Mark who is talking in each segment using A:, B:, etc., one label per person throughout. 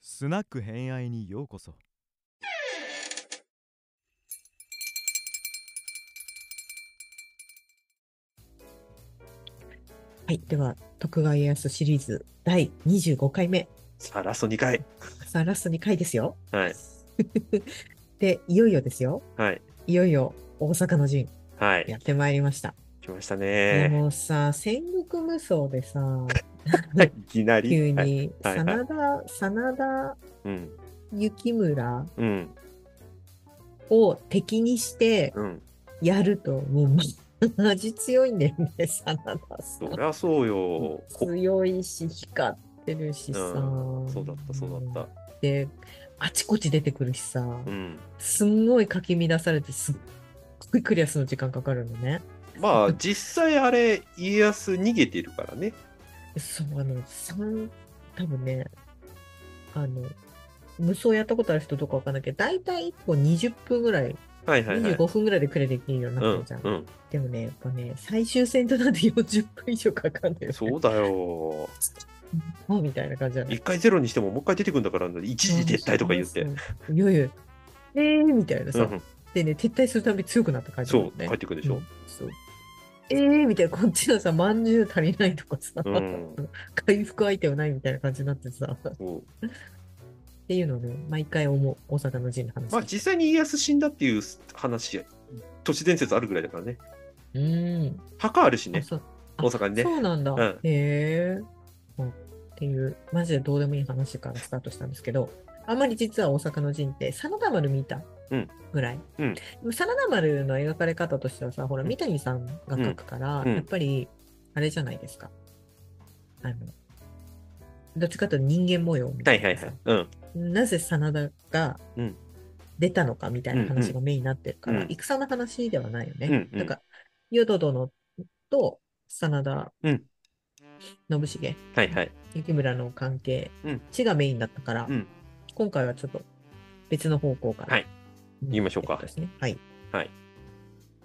A: スナック偏愛にようこそ
B: はい。では、徳川家康シリーズ第25回目。
C: さあ、ラスト2回。
B: さあ、ラスト2回ですよ。
C: はい。
B: で、いよいよですよ。
C: はい。
B: いよいよ大阪の陣、
C: はい。
B: やってまいりました。
C: 来ました
B: で
C: ね。
B: もさ、戦国無双 でさ、
C: いきなり。
B: 急
C: はい。
B: に、
C: はいはい
B: 真田、真田
C: うん。
B: 幸村
C: うん。
B: を敵にして
C: うん。
B: やると、もう、マジ強いんだよね、真田さ
C: そ
B: ん
C: りゃそうよ。こ
B: 強いし、光ってるしさ。
C: うんそうだった、そうだっ
B: で、あちこち出てくるしさ。
C: た。うん。
B: すんごいかき乱されてすっごいクリアするの時間かかるのね。
C: まあ、実際あれ、家康逃げてるからね。
B: そうあの3多分ねあの無双やったことある人とかわかんないけど大体1本20分ぐらい
C: はいはいはい
B: 25。分ぐらいでクリアできるように
C: う
B: なって
C: ん
B: るじゃん。。
C: うん。
B: でもねやっぱね最終戦となって40分以上かかんないよ、ね。
C: そうだよ。
B: もうみたいな感じじゃない
C: 一回ゼロにしても、もう一回出てくるんだから、一時撤退とか言って。
B: そううそういやいやえーみたいなさ、
C: ん。
B: でね撤退するたび強くなった感じだ
C: そ
B: も、
C: うん
B: ね
C: 帰ってくるでしょ。
B: そうえーみたいな、こっちのさ、まんじゅう足りないとかさ、
C: うん
B: 回復アイテムないみたいな感じになってさ、っ
C: そう
B: ていうのをね、毎回思う、大阪の陣の話。
C: まあ、実際に家康死んだっていう話、都市伝説あるぐらいだからね。
B: うーん。
C: 墓あるし
B: あ
C: ね、
B: そう
C: 大阪にね。
B: そうなんだ。
C: ん
B: へえ。うんっていう、マジでどうでもいい話からスタートしたんですけど、あんまり実は大阪の陣って、真田丸見た
C: うん
B: ぐらい。
C: うん
B: でも真田丸の描かれ方としてはさ、ほら、三谷さんが描くから、
C: うんうん
B: やっぱり、あれじゃないですか。あの、どっちかというと人間模様み
C: は
B: た
C: い
B: いな
C: はい
B: さ
C: はい。うん。
B: なぜ真田が
C: うん
B: 出たのかみたいな話がメインになってるから、
C: うん
B: 戦の話ではないよね。
C: うんうん
B: なんか、淀殿と真田
C: うん
B: 信繁、
C: はいはい。
B: 幸村の関係、
C: うん
B: 地がメインだったから、
C: うん
B: 今回はちょっと別の方向から。
C: はい
B: ん
C: 言いましょうか
B: ってことですね。はい。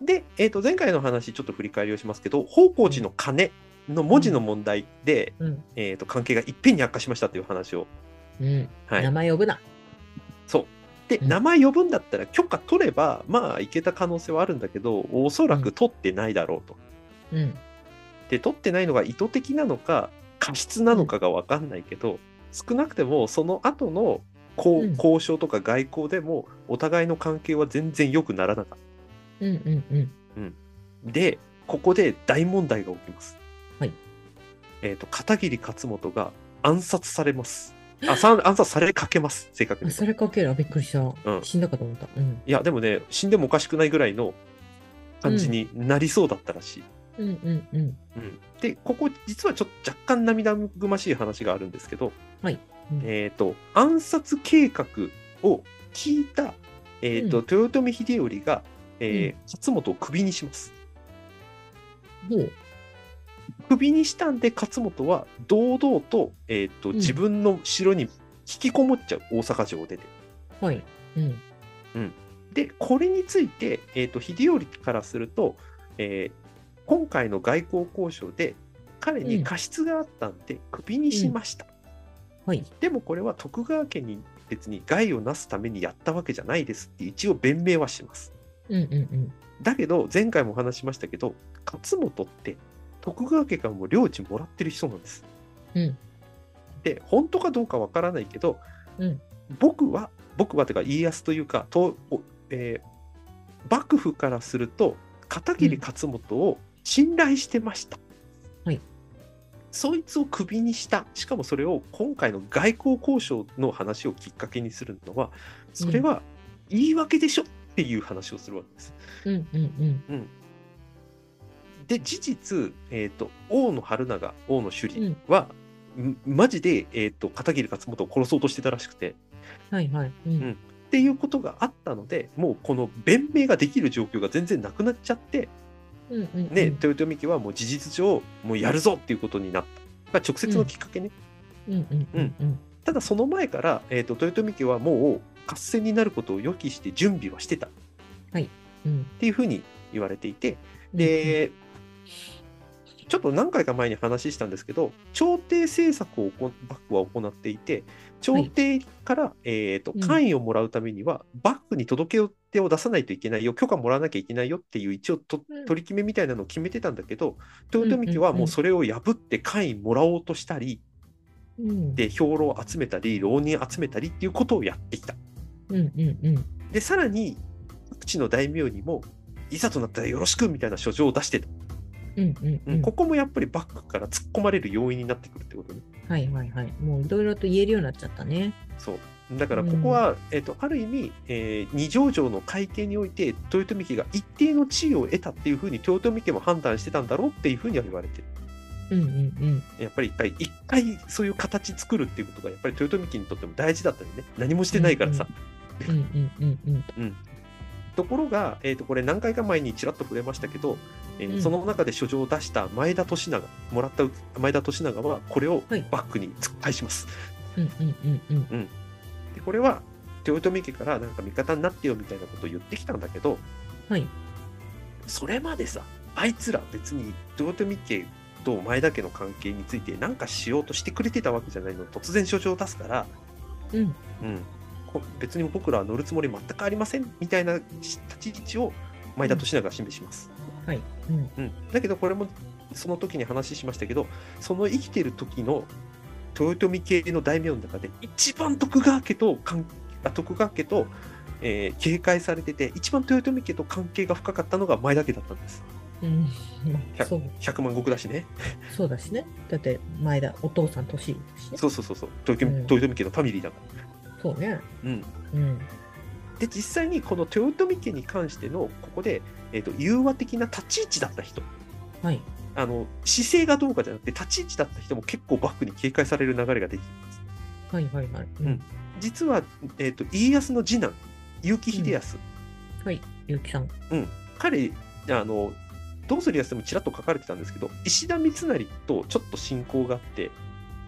C: で、えー、と前回の話ちょっと振り返りをしますけど方向寺の鐘の文字の問題で、
B: うん。
C: えー、と関係がいっぺんに悪化しましたという話を、
B: うん。
C: は
B: 名
C: い、
B: 前呼ぶな。
C: そうで
B: うん
C: 名前呼ぶんだったら許可取ればまあいけた可能性はあるんだけどおそらく取ってないだろうと。
B: うん。
C: で取ってないのが意図的なのか過失なのかが分かんないけど少なくてもその後のこう
B: うん
C: 交渉とか外交でもお互いの関係は全然良くならなかっ
B: うんうんうん。
C: た。でここで大問題が起きます。
B: はい。
C: えー、と片桐勝元が暗殺されます。あさ ん暗殺されかけます、正確
B: あ
C: に言
B: そ
C: えば。
B: れかける。あ、びっくりした。
C: うん
B: 死んだかと思った。うん。
C: いや、でもね、死んでもおかしくないぐらいの感じになりそうだったらしい。
B: うんうん
C: う
B: うん。
C: んで、ここ、実はちょっと若干涙ぐましい話があるんですけど、
B: はいうん
C: えっ、と、暗殺計画を聞いた、えーと
B: う
C: 豊臣秀頼が、えー勝元をクビにします。
B: ほう。
C: クビにしたんで勝本は堂々と,、えーと
B: ん
C: 自分の城に引きこもっちゃう大阪城を出て。
B: はい。うん。
C: でこれについて、えーと秀頼からすると、えー今回の外交交渉で彼
B: う
C: に
B: ん
C: 過失があったんでクビにしました。
B: はい。
C: でもこれは徳川家に別に害をなすためにやったわけじゃないですって一応弁明はします。
B: うんうんうん。
C: だけど前回もお話しましたけど勝本って徳川家からも領地もらってる人なんです。
B: うん
C: で本当かどうかわからないけど、
B: うん
C: 僕は僕はというか家康というかと、おえー幕府からすると片桐勝元を信頼してました。
B: はい
C: そいつをクビにしたしかもそれを今回の外交交渉の話をきっかけにするのはそれは言い訳でしょっていう話をするわけです。
B: うんうんうん。
C: で事実、えー、と大野春長大野修
B: うん
C: 理は、んマジで、えー、と片桐勝元を殺そうとしてたらしくて
B: はいはい。うん。
C: っていうことがあったのでもうこの弁明ができる状況が全然なくなっちゃって、
B: うんうんうん。
C: ね豊臣家はもう事実上もうやるぞっていうことになった、まあ、直接のきっかけね、
B: うんうんうんうん。
C: ただその前から、えー、と豊臣家はもう合戦になることを予期して準備はしてたっ
B: うん。
C: ていうふうに言われていてで、ちょっと何回か前に話したんですけど、調停政策をこバックは行っていて、調停から、えーと
B: うん
C: 官位をもらうためには、バックに届け出を出さないといけないよ、許可もらわなきゃいけないよっていう一応と
B: うん
C: 取り決めみたいなのを決めてたんだけど、豊臣家はもうそれを破って官位もらおうとしたり、
B: うん
C: で兵糧を集めたり、浪人集めたりっていうことをやってきた。
B: うんうんうん
C: で、さらに各地の大名にも、いざとなったらよろしくみたいな書状を出してた。
B: うんうん
C: う
B: うんん
C: ここもやっぱりバックから突っ込まれる要因になってくるってことね。
B: はいはいはいもういろいろと言えるようになっちゃったね
C: そうだからここは、えっとある意味、えー二条城の会見において豊臣家が一定の地位を得たっていうふうに豊臣家も判断してたんだろうっていうふうには言われてる
B: うんうん
C: やっぱり一回一回そういう形作るっていうことがやっぱり豊臣家にとっても大事だったりね何もしてないからさ、
B: うんうんうんうん
C: ところが、えっとこれ何回か前にちらっと触れましたけど、えー
B: うん
C: その中で書状を出した前田利長もらった前田利長はこれを
B: はい
C: バックに突っ返します。
B: うんうんうんうん
C: でこれは豊臣家からなんか味方になってよみたいなことを言ってきたんだけど、
B: はい
C: それまでさあいつら別に豊臣家と前田家の関係について何かしようとしてくれてたわけじゃないのに突然書状を出すから、
B: うん
C: うん、こ別に僕らは乗るつもり全くありませんみたいなし立ち位置を前田利長が示します、
B: はいうん
C: うんだけどこれもその時に話しましたけどその生きてる時の豊臣系の大名の中で一番徳川家と関あ徳川家と、えー警戒されてて一番豊臣家と関係が深かったのが前田家だったんです
B: うんまあ
C: 100
B: そう
C: 100万石だしね
B: そうだしねだって前田お父さん年いるしね
C: そうそうそうそう豊臣
B: うん
C: 豊臣家のファミリーだから、
B: そうね
C: うん、
B: うん
C: で実際にこの豊臣家に関してのここで、えー、と融和的な立ち位置だった人
B: はい
C: あの姿勢がどうかじゃなくて立ち位置だった人も結構バックに警戒される流れができるんです
B: はいはいはいうん
C: うん実は、えー、と家康の次男結城秀康、
B: はいゆうきさん
C: 彼あのどうするやつでもちらっと書かれてたんですけど石田三成とちょっと親交があって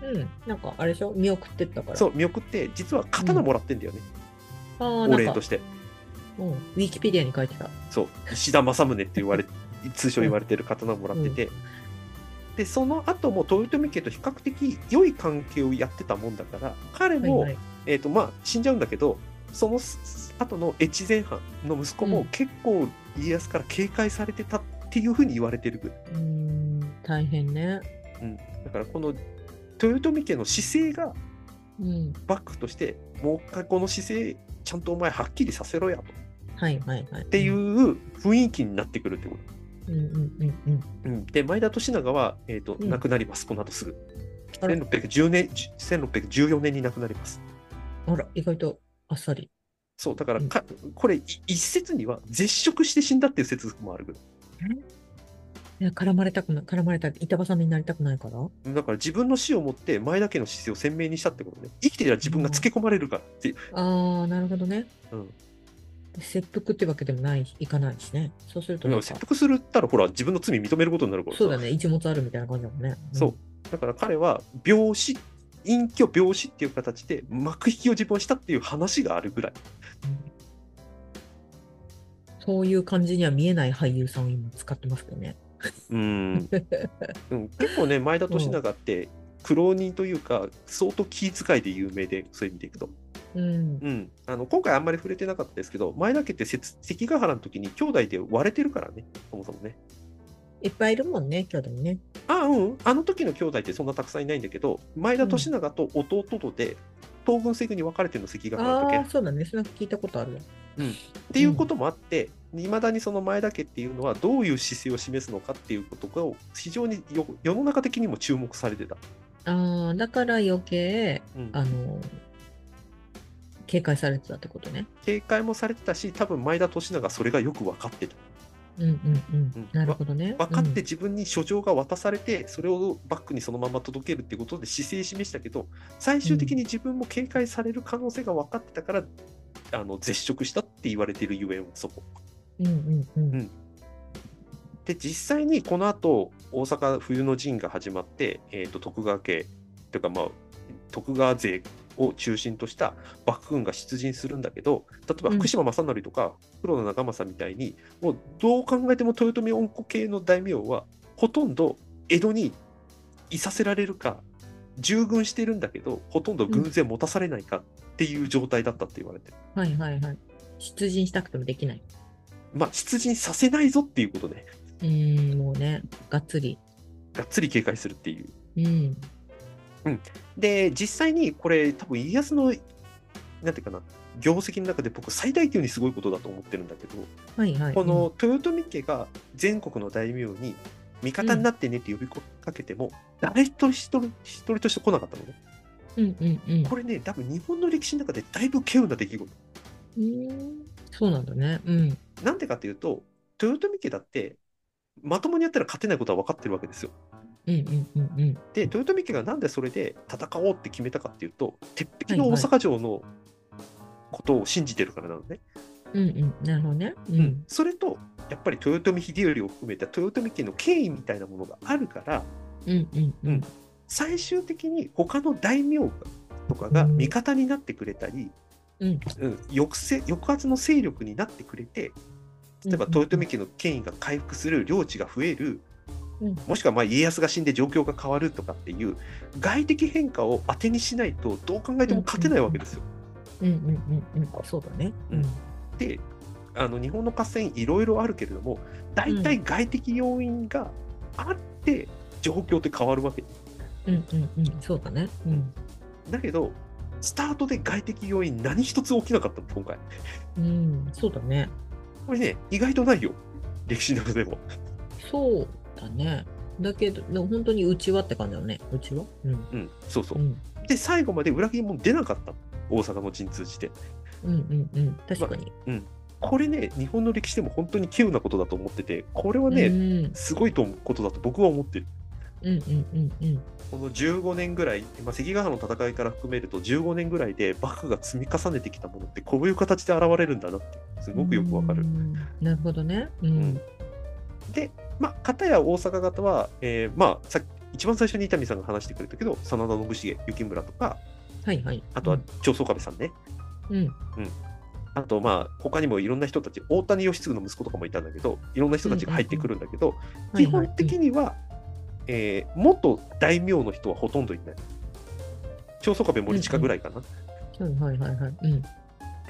B: うんなんかあれでしょ見送ってったから
C: そう見送って実は刀もらってんだよね、
B: あー
C: お
B: な
C: 礼
B: ん
C: と
B: か
C: して
B: うんウィキペディアに書いてた
C: そう石田正宗って言わ れ通称言われてる刀もらってて、でその後も豊臣家と比較的良い関係をやってたもんだから彼も、
B: はいはい
C: えーとまあ、死んじゃうんだけどそのす後の越前藩の息子
B: う
C: も
B: ん
C: 結構家康から警戒されてたっていうふうに言われてるぐらいう
B: ーん大変ね
C: だからこの豊臣家の姿勢が
B: うん
C: バックとしてもう一回この姿勢ちゃんとお前はっきりさせろやとっ
B: はいはいはいって
C: いう雰囲気になってくるってこと。
B: うんうんうんうん
C: うん、で前田利長は、えーと
B: うん
C: 亡くなります、この後すぐ
B: あら
C: 1610年10 1614年に亡くなります
B: あら意外とあっさり
C: そうだから
B: うん
C: か、これい一説には絶食して死んだっていう説もあるぐら
B: いや絡まれたくない絡まれた板挟みになりたくないから
C: いだから自分の死をもって前田家の姿勢を鮮明にしたってことね生きていれば自分がつけ込まれるからって、
B: ああなるほどね
C: うん、
B: 切腹ってわけでもないいかないしねそうすると
C: で
B: な
C: も
B: んか
C: 切腹するったらほら自分の罪認めることになるからさ
B: そうだね一物あるみたいな感じだもんねん
C: そうだから彼は病死隠居病死っていう形で幕引きを自分はしたっていう話があるぐらい
B: そういう感じには見えない俳優さんを今使ってますけどね
C: うん うん、結構ね前田利長って苦労人というか相当気遣いで有名でそういう意味でいくと、
B: うん
C: うん、あの今回あんまり触れてなかったですけど前田家ってせつ関ヶ原の時に兄弟で割れてるからねそもそもね
B: いっぱいいるもんね今日でもね
C: あうんあの時の兄弟ってそんなたくさんいないんだけど前田利長と弟とで東軍西軍に分かれてるの関ヶ原
B: あ
C: の
B: あ
C: 時
B: ーそうだねそれなんか聞いたことあるわ
C: っていうこともあって、いまだにその前田家っていうのはどういう姿勢を示すのかっていうことが非常によ世の中的にも注目されてた。
B: あーだから余計
C: うん
B: あの警戒されてたってことね
C: 警戒もされてたし多分前田利長はそれがよく分かってた
B: うんうんう
C: うん
B: んなるほどね
C: 分かっ
B: うん
C: て自分に書状が渡されて、それをバックにそのまま届けるってことで姿勢示したけど最終的に自分も警戒される可能性が分かってたから、あの絶食したって言われてるゆえんそこ
B: うんうんう
C: うん
B: ん
C: で実際にこの後大阪冬の陣が始まって、えー、と徳川家というかまあ徳川勢を中心とした幕府軍が出陣するんだけど例えば
B: うん
C: 福島正則とか黒田長政みたいに、もうどう考えても豊臣恩子系の大名はほとんど江戸にいさせられるか従軍してるんだけどほとんど軍勢持たされないかっていう状態だったって言われてる、
B: はいはいはい。出陣したくてもできない。
C: まあ出陣させないぞっていうことね
B: うーん、もうね、がっつり。
C: がっつり警戒するっていう
B: うん。
C: で実際にこれ多分家康のなんていうかな業績の中で僕最大級にすごいことだと思ってるんだけど、
B: はいはい。
C: この豊臣家が全国の大名に味方になってねって呼びかけても、誰一人一人一人として来なかったのね
B: うん、うんうんうん。
C: これね多分日本の歴史の中でだいぶ稀有な出来事
B: うーんそうなんだね。うん。
C: なんでかというと豊臣家だってまともにやったら勝てないことは分かってるわけですよ
B: うんうんうんうん。
C: で豊臣家がなんでそれで戦おうって決めたかっていうと鉄壁の大阪城のことを信じてるからなのね、
B: うんうん。なるほどね。う
C: うんん。それとやっぱり豊臣秀頼を含めた豊臣家の権威みたいなものがあるから
B: うんうんう
C: うんん。最終的に他の大名とかが味方になってくれたり、
B: うん
C: うん抑制抑圧の勢力になってくれて例えば豊臣家の権威が回復する領地が増える、
B: うん
C: もしくはまあ家康が死んで状況が変わるとかっていう外的変化を当てにしないとどう考えても勝てないわけですよ。
B: うんうんうんうん。そうだね。うん。
C: であの日本の合戦いろいろあるけれども大体外的要因があって状況って変わるわけ
B: うんうんうん。そうだね。うん。
C: だけどスタートで外的要因何一つ起きなかったの今回
B: うん。そうだね。
C: これね意外とないよ歴史の中でも
B: そうだね。だけど、でも本当にうちはって感じだね。うちはうん。
C: うんそうそうう、
B: ん。
C: で最後まで裏切りも出なかった大阪の陣通じて
B: うんうんうん。確かに。
C: これね日本の歴史でも本当に稀有なことだと思っててこれは
B: う
C: ね
B: ん
C: すごいと思うことだと僕は思ってる
B: うんうんうんうん。
C: この15年ぐらい、まあ、関ヶ原の戦いから含めると15年ぐらいで幕府が積み重ねてきたものってこういう形で現れるんだなってすごくよくわかる
B: う。ん。なるほどね。う
C: うん
B: ん。
C: で、まあ、片や大阪方は、えーまあ、さっき一番最初に伊丹さんが話してくれたけど真田信繁幸村とか
B: はいはい。
C: あとは長宗我部さんね、
B: うん。
C: あとまあ他にもいろんな人たち大谷義継の息子とかもいたんだけどいろんな人たちが入ってくるんだけど、基本的には、えー元大名の人はほとんどいない。長宗我部森近ぐらいかな。
B: はいはいはいはい。うん。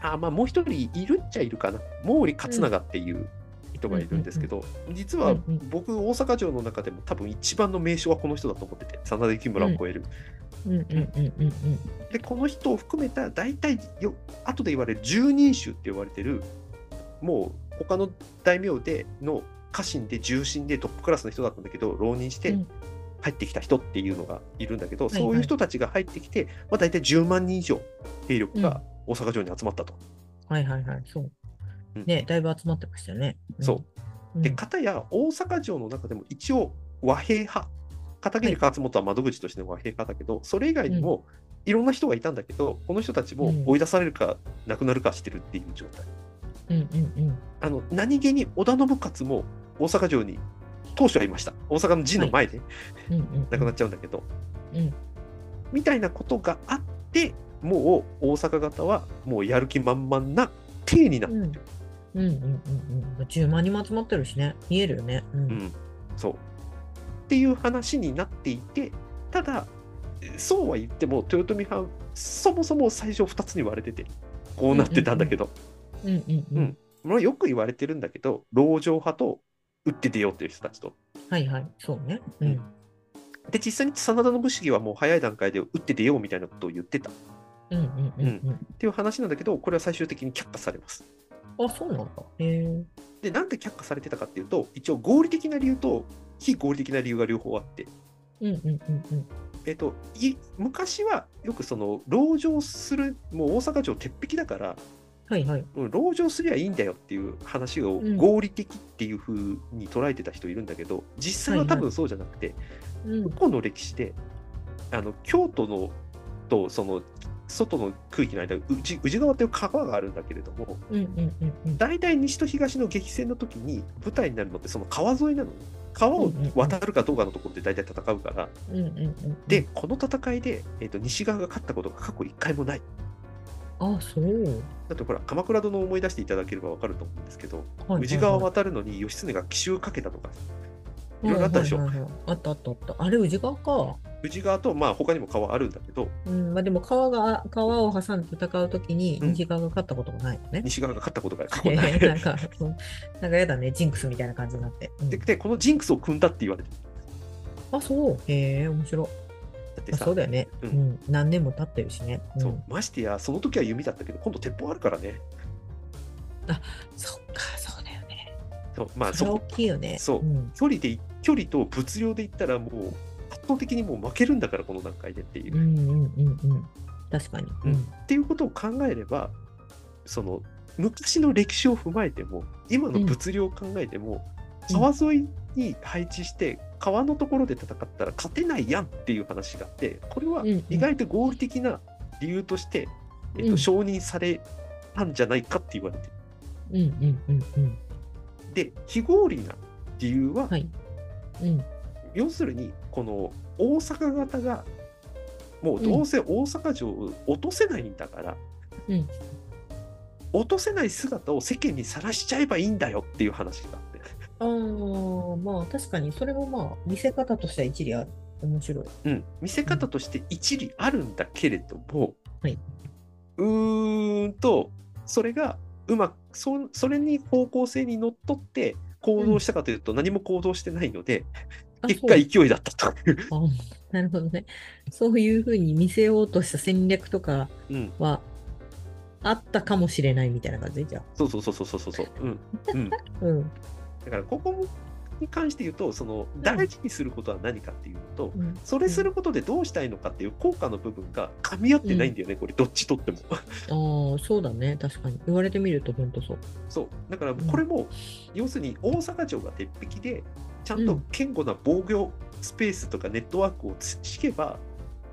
C: あまあもう一人いるっちゃいるかな毛利勝長っていう人がいるんですけど、実は
B: うんうん
C: 僕大阪城の中でも多分一番の名称はこの人だと思ってて真田幸村を超える、
B: うんうんうんうんうん。
C: でこの人を含めた大体よ後で言われる十人衆って言われてるもう他の大名での家臣で重臣でトップクラスの人だったんだけど浪人して
B: うん
C: 入ってきた人っていうのがいるんだけど、
B: いはい
C: そういう人たちが入ってきて、まあ、大体10万人以上兵力が大阪城に集まったと。
B: はいはいはい、そう
C: う。ん
B: ね、だいぶ集まってましたよね。
C: そう
B: うん。
C: で、
B: うん
C: 片や大阪城の中でも一応和平派、片桐勝元は窓口としての和平派だけど、それ以外にもいろんな人がいたんだけど、この人たちも追い出されるか、亡くなるかしてるっていう状態。
B: うんうんうん。
C: あの何気に織田信勝も大阪城に当初はいました。大阪の陣の前で
B: うんうん
C: 亡くなっちゃうんだけど、
B: うん
C: みたいなことがあって、もう大阪方はもうやる気満々な体になってる。
B: うんうんうんうん。10万人も集まってるしね。見えるよね。う。
C: うんん、そう。っていう話になっていて、ただ、そうは言っても、豊臣藩、そもそも最初2つに割れてて、こうなってたんだけど、
B: うんうんう
C: うんん。まあよく言われてるんだけど、籠城派と打って出ようっていう人たちと。
B: はいはい、そうね。う
C: うん
B: ん。
C: で、実際に真田信繁はもう早い段階で打って出ようみたいなことを言ってたっ
B: うんうんうん
C: ていう話なんだけど、これは最終的に却下されます。
B: うん。あ、そうなんだ。へえ。
C: で、なんで却下されてたかっていうと、一応合理的な理由と非合理的な理由が両方あって、
B: うんうんうんうん。
C: えっと、い昔はよくその籠城するもう大阪城鉄壁だから
B: はいはい。
C: うん籠城すりゃいいんだよっていう話を
B: うん
C: 合理的っていう風に捉えてた人いるんだけど、実際は多
B: はいは
C: 分そうじゃなくて
B: うん
C: 過去の歴史であの京都のとその外の区域の間宇治宇治川という川があるんだけれども
B: うんうんうんうん。
C: 大体西と東の激戦の時に舞台になるのってその川沿いなのね川を渡るかどうかのところで大体戦うから、
B: うんうんうん。
C: で、、この戦いで、えー、と西側が勝ったことが過去1回もない。
B: あ、そう。
C: だってほら、鎌倉殿を思い出していただければ分かると思うんですけど、
B: はいはいはい
C: 宇治川を渡るのに義経が奇襲かけたとか、いろいろあったでしょ
B: はいはいはいはいあったあったあった。あれ、宇治川か。
C: 宇治川と、まあ、他にも川あるんだけど、
B: うん、まあでも川が、川を挟んで戦うときに、
C: うん
B: 宇治川が勝ったことがないのね。
C: 西側が勝ったことが過去
B: え
C: な
B: ー なん
C: い。
B: か、うんなんかやだね、ジンクスみたいな感じになって。う ん
C: で、でこのジンクスを組んだって言われてる
B: あ、そう。へえ、面白い。
C: だって
B: まあ
C: さ、
B: そうだよね、
C: う
B: うんん。何年も経ってるしね。うん
C: そうましてや、その時は弓だったけど、今度鉄砲あるからね。
B: そっか、そうだよね。
C: そうまあ、
B: そ
C: そ
B: れは
C: こ
B: 大きいよね。
C: そうん距離で距離と物量で言ったらもう圧倒的にもう負けるんだからこの段階でっていう
B: う。んうんうんうん。確かに。
C: うんっていうことを考えればその昔の歴史を踏まえても今の物量を考えても、
B: うん
C: 川沿いに配置して川のところで戦ったら勝てないやんっていう話があってこれは
B: うんうん
C: 意外と合理的な理由として、えっ
B: う
C: と、
B: ん
C: 承認されたんじゃないかって言われてる。
B: うんうんうんうん。
C: で非合理な理由は、
B: はい。うん。
C: 要するにこの大阪型がもうどうせ大阪城を落とせないんだから、
B: うん
C: 落とせない姿を世間にさらしちゃえばいいんだよっていう話があって、
B: ああ、まあ確かに、それもまあ、見せ方としては一理ある。面白い。
C: うん、見せ方として一理あるんだけれども、
B: はいう
C: ーんとそれがうまくそそれに方向性にのっとって行動したかというと何も行動してないので、
B: あ
C: 結
B: そ
C: 果
B: う
C: 勢いだったという。
B: あなるほどね。そういうふうに見せようとした戦略とか
C: うん、
B: はあったかもしれないみたいな感じじゃあ。
C: そうそうそうそうそうそうそう。うん、うん
B: うん。
C: だからここに関して言うとその大事にすることは何かっていうと
B: うん
C: それすることでどうしたいのかっていう効果の部分が 噛み合ってないんだよね、これどっちとっても
B: ああ、そうだね。確かに。言われてみると本当そう。
C: そうだから
B: ん
C: これも要するに大阪城が鉄壁でちゃん
B: う
C: と
B: ん
C: 堅固な防御スペースとかネットワークを敷けば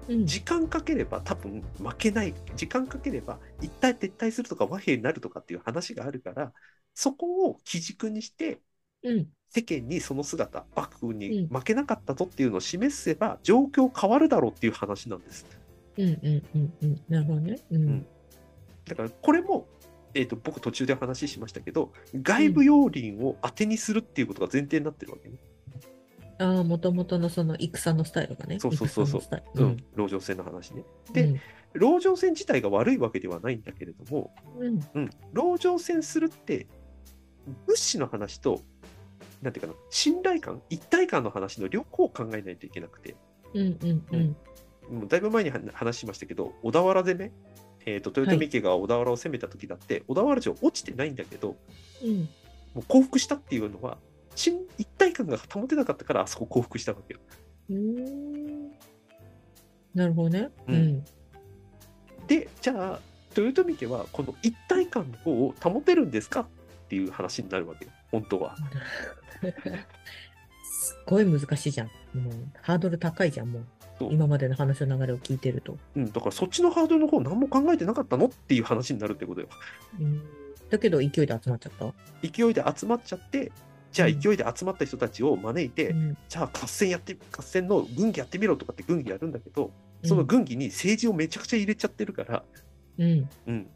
B: うん
C: 時間かければ多分負けない時間かければ一体撤退するとか和平になるとかっていう話があるからそこを基軸にして
B: うん。
C: 世間にその姿幕府に
B: うん
C: 負けなかったぞっていうのを示せば状況変わるだろうっていう話なんです
B: うんうんうんうん。なるほどね。うんん。
C: だからこれも、えー、と僕途中で話しましたけど外部要輪を当てにするっていうことが前提になってるわけね、
B: ああ、もともとのその戦のスタイルがね。
C: そうそうそうそう
B: 戦のス
C: う
B: タ
C: ん
B: イル。うん。
C: 籠城戦の話ねで籠城戦自体が悪いわけではないんだけれども、
B: うん、
C: うん、籠城戦するって物資の話となんていうかな信頼感一体感の話の両方を考えないといけなくて
B: うん、うん、うん、うん。
C: もうだいぶ前には話しましたけど、小田原攻め、えーと豊臣家が小田原を攻めた時だって、小田原城落ちてないんだけど、
B: うん。
C: もう降伏したっていうのは、新一体感が保てなかったから、あそこ降伏したわけよ。
B: うーんなるほどね。
C: うん
B: うん。
C: で、じゃあ、豊臣家はこの一体感の方を保てるんですかっていう話になるわけよ、本当は。
B: すっごい難しいじゃん。もうハードル高いじゃん、もう
C: そう。
B: 今までの話の流れを聞いてると。
C: うん、だからそっちのハードルの方、何も考えてなかったのっていう話になるってことよ。
B: うんだけど勢いで集まっちゃった。
C: 勢いで集まっちゃって、じゃあ勢いで集まった人たちを招いて、
B: うん
C: じゃあ合戦やって、合戦の軍議やってみろとかって軍議やるんだけど、その軍議に政治をめちゃくちゃ入れちゃってるから、
B: うん。
C: うん、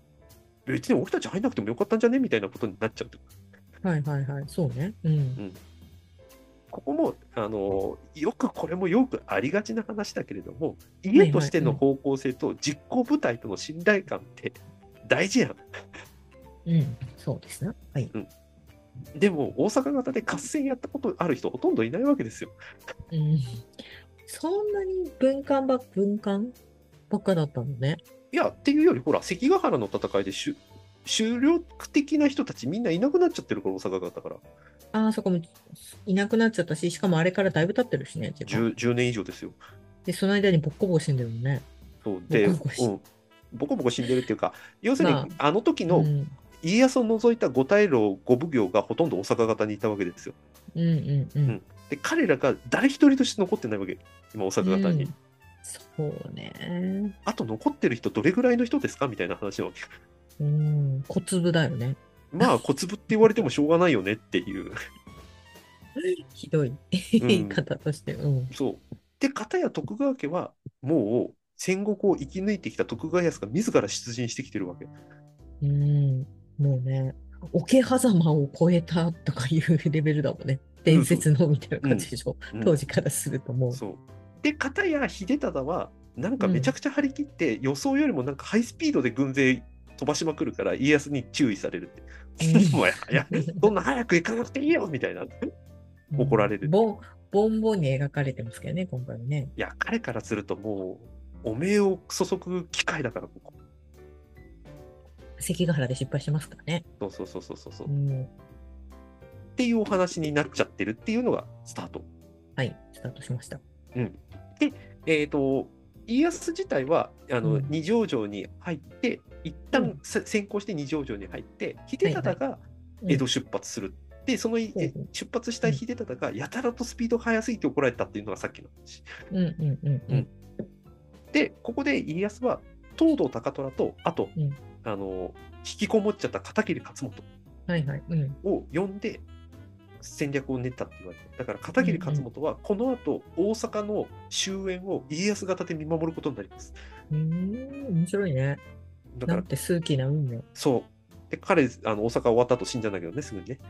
C: 別に俺たち入んなくてもよかったんじゃねみたいなことになっちゃうってこ
B: はいはいはい。そうね。うん。
C: とここも、あのよくこれもよくありがちな話だけれども、家としての方向性と実行部隊との信頼感って大事やん。
B: うん。そうですな。はい。
C: でも、大阪型で合戦やったことある人、ほとんどいないわけですよ。
B: うん。そんなに文官ば、文官ばっかだったのね。
C: いや、っていうより、ほら、関ヶ原の戦いで主、主力的な人たちみんないなくなっちゃってるから、大阪型から。
B: ああ、そこもいなくなっちゃったし、しかもあれからだいぶ経ってるしね。時間
C: 10, 10年以上ですよ。
B: で、その間にボッコボコ死んでるもんね。
C: そうで、
B: ボコボコし
C: うんボコボコ死んでるっていうか、要するに、
B: ま
C: あの時
B: う
C: の
B: ん。
C: 家康を除いた五大老五奉行がほとんど大阪方にいたわけですよ。
B: うんうんうん。
C: で彼らが誰一人として残ってないわけ今大阪方に、
B: うんそうね。
C: あと残ってる人どれぐらいの人ですかみたいな話 なわけ
B: うん、小粒だよね。
C: まあ小粒って言われてもしょうがないよねっていう
B: ひどい言い方として。うん。
C: そうで片や徳川家はもう戦国を生き抜いてきた徳川家康が自ら出陣してきてるわけ
B: うん。もうね、桶狭間を超えたとかいうレベルだもんね。伝説のみたいな感じでしょ、
C: うん
B: 当時からするともう。
C: そうで片や秀忠はなんかめちゃくちゃ張り切って、予想よりもなんかハイスピードで軍勢飛ばしまくるから家康に注意されるって
B: う。ん
C: もういやそんな早く行かなくていいよみたいな。い怒られる
B: ボン、ボンボンに描かれてますけどね、今回はね。
C: や彼からするともうおめえを注ぐ機会だからここ
B: 関ヶ原で失敗してますからね。
C: そうそうそうそうそうそう
B: う
C: っ
B: ん。
C: ていうお話になっちゃってるっていうのがスタート。
B: はい、スタートしました。
C: えー、と家康自体はあの、
B: うん
C: 二条城に入って一
B: うん
C: 旦せ先行して二条城に入って秀忠が
B: うん
C: 江戸出発する。でそのい
B: そうそう
C: 出発した秀忠がやたらとスピードが速すぎて怒られたっていうのがさっきの話。
B: うんうんうんうん。
C: でここで家康は東堂高虎とあと、
B: うん
C: あの引きこもっちゃった片桐勝元
B: はいはい。うん。
C: を呼んで戦略を練ったって言われてるだから片桐勝元はこの後大阪の終焉を家康型で見守ることになります。
B: うーん、面白いね。
C: だか
B: な
C: ら
B: んて数奇な運命。
C: そう。で、彼、あの大阪終わった後死んじゃうんだけどね、すぐにね。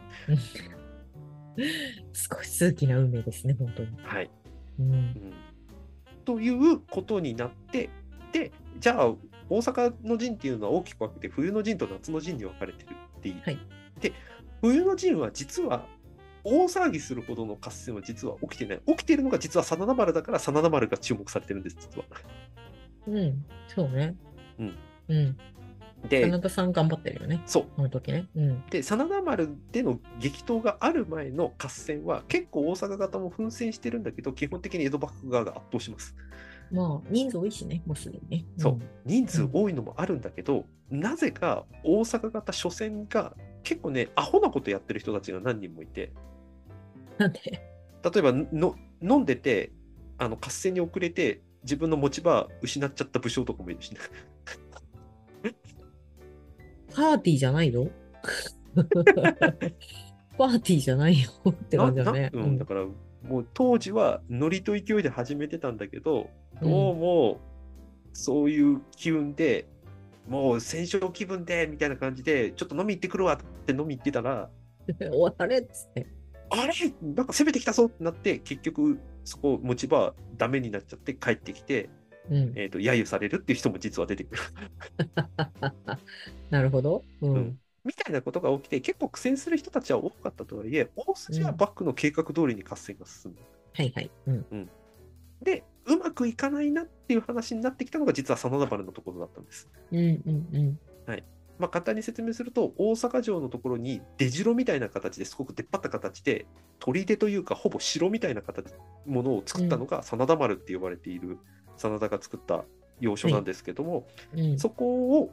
B: 少し数奇な運命ですね、本当に。
C: はい。
B: うん
C: う。ん、ということになって、で、じゃあ、大阪の陣っていうのは大きく分けて、冬の陣と夏の陣に分かれてるっていう。
B: はい
C: で、冬の陣は実は、大騒ぎするほどの合戦は実は起きてない。起きてるのが実は真田丸だから、真田丸が注目されてるんです、実は。
B: うん。そうね。
C: うん。
B: うん。
C: で
B: 真、田さん頑張ってるよね。
C: そう。
B: この時ね。うん。
C: で真田丸での激闘がある前の合戦は結構大阪方も奮戦してるんだけど基本的に江戸幕府側が圧倒します
B: まあ、人数多いしね、もうすでにね。
C: そう人数多いのもあるんだけど、なぜか大阪方初戦が結構ねアホなことやってる人たちが何人もいて
B: うん。なんで、
C: 例えばの飲んでてあの合戦に遅れて自分の持ち場失っちゃった武将とかもいるしね
B: パーティーじゃな いよ。パーティーじゃないよって感じだね。
C: ななうん、だからもう当時はノリと勢いで始めてたんだけど、
B: うん
C: どうもそういう機運でもう戦勝気分でみたいな感じでちょっと飲み行ってくるわって飲み行ってたら
B: 終わったれっつって。
C: あれなんか攻めてきたぞってなって結局そこ持ち場ダメになっちゃって帰ってきて、
B: うん。
C: えー、と揶揄されるっていう人も実は出てくる、
B: なるほど。うん。
C: うんみたいなことが起きて結構苦戦する人たちは多かったとはいえ大筋はバックの計画通りに合戦が進む、
B: はいはい。うん。
C: でうまくいかないなっていう話になってきたのが実は真田丸のところだったんです。
B: うんうんうん。
C: まあ、簡単に説明すると大阪城のところに出城みたいな形ですごく出っ張った形で砦というかほぼ城みたいな形ものを作ったのが真田丸って呼ばれている真田が作った要所なんですけども、
B: うん、
C: そこを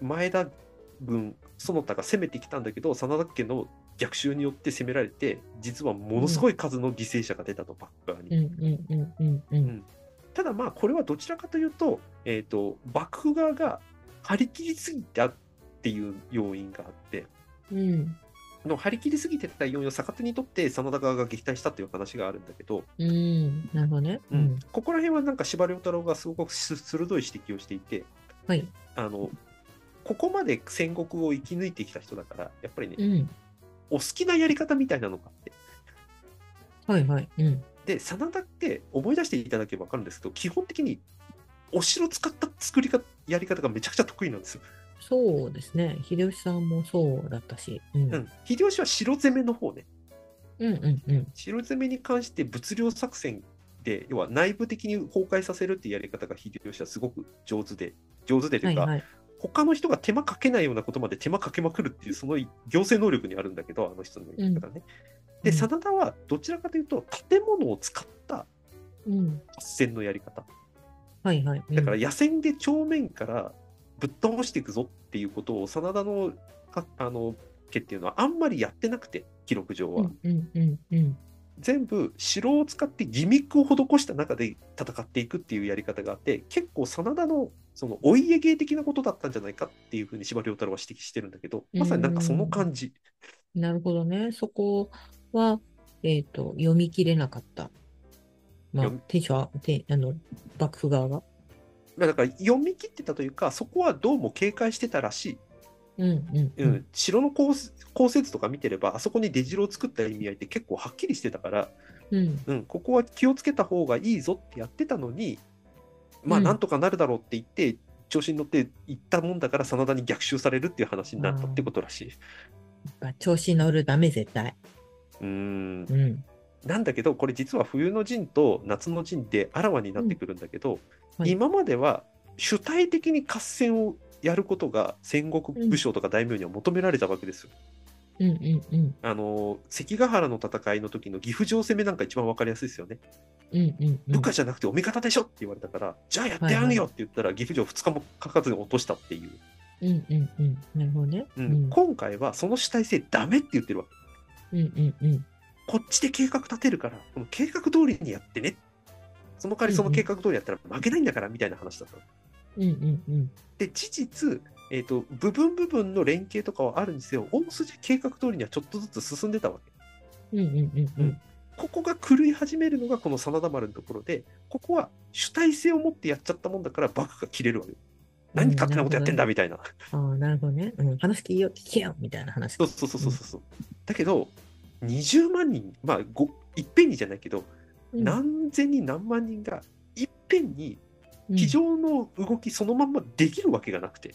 C: 前田軍その他が攻めてきたんだけど真田家の逆襲によって攻められて実はものすごい数の犠牲者が出たとバック側に
B: うん。うんうんうんうん
C: ただまあこれはどちらかというと,、えー、と幕府側が張り切りすぎたっていう要因があって
B: うん
C: の張り切りすぎてた要因を逆手にとって真田側が撃退したっていう話があるんだけど、
B: うんなるほどね。
C: うんここら辺はなんか司馬遼太郎がすごくす鋭い指摘をしていて
B: はい。
C: あのここまで戦国を生き抜いてきた人だからやっぱりね、
B: うん。
C: お好きなやり方みたいなのがあって
B: はいはい。うん。
C: で真田って思い出していただければ分かるんですけど基本的にお城使った作り方やり方がめちゃくちゃ得意なんですよ
B: そうですね。秀吉さんもそうだったし。うん。
C: うん、秀吉は城攻めの方ね
B: うんうんうん。
C: 城攻めに関して物量作戦で要は内部的に崩壊させるっていうやり方が秀吉はすごく上手で上手でと
B: は
C: いう
B: い
C: か、
B: はい。
C: 他の人が手間かけないようなことまで手間かけまくるっていうその行政能力にあるんだけどあの人のやり方ね、
B: うん
C: で真田はどちらかというと建物を使った
B: うん。
C: 合戦のやり方
B: はいはい。うん
C: だから野戦で正面からぶっ倒していくぞっていうことを真田のかあの家っていうのはあんまりやってなくて記録上は、
B: うんうんうんうん。
C: 全部城を使ってギミックを施した中で戦っていくっていうやり方があって結構真田のそのお家芸的なことだったんじゃないかっていうふうに司馬遼太郎は指摘してるんだけどまさになんかその感じ、
B: なるほどね。そこは、えっ、と、読み切れなかった。まあ
C: 読み、
B: 手者、手、あの、幕府側が。
C: まあだから読み切ってたというかそこはどうも警戒してたらしい
B: うんうん
C: うん城の構図構成図とか見てればあそこに出城を作った意味合いって結構はっきりしてたから、
B: うん
C: うん、ここは気をつけた方がいいぞってやってたのにまあ
B: うん
C: なんとかなるだろうって言って、調子に乗って行ったもんだから真田に逆襲されるっていう話になったってことらしい。
B: やっぱ調子乗るダメ絶対
C: うん
B: うん
C: なんだけどこれ実は冬の陣と夏の陣ってあらわになってくるんだけど、
B: はい
C: 今までは主体的に合戦をやることが戦国武将とか大名には求められたわけですよ。
B: うんうんうん
C: あの関ヶ原の戦いの時の岐阜城攻めなんか一番わかりやすいですよね。
B: うんうんうん
C: 部下じゃなくてお味方でしょって言われたから、じゃあやってやるよって言ったら岐阜城2日もかかずに落としたっていう、
B: うんうんうんなるほどね
C: う
B: うんんうん
C: 今回はその主体性ダメって言ってるわけ
B: うんうん
C: こっちで計画立てるからこの計画通りにやってねその代わりその計画通りやったら負けないんだからみたいな話だったの
B: うんうんうん
C: で事実、えー、と部分部分の連携とかはあるにせよ大筋計画通りにはちょっとずつ進んでたわけ
B: うんうんうんうん
C: ここが狂い始めるのがこの真田丸のところでここは主体性を持ってやっちゃったもんだからバカが切れるわけ何勝手なことやってんだみたいな
B: ああなるほどね、うん、話聞いよ聞けよみたいな話
C: そうそうそうそうそう。だけど、20万人、まあ、ごいっぺんにじゃないけど、
B: うん
C: 何千人、何万人がいっぺんに
B: うん
C: 机上の動きそのまんまできるわけがなくて、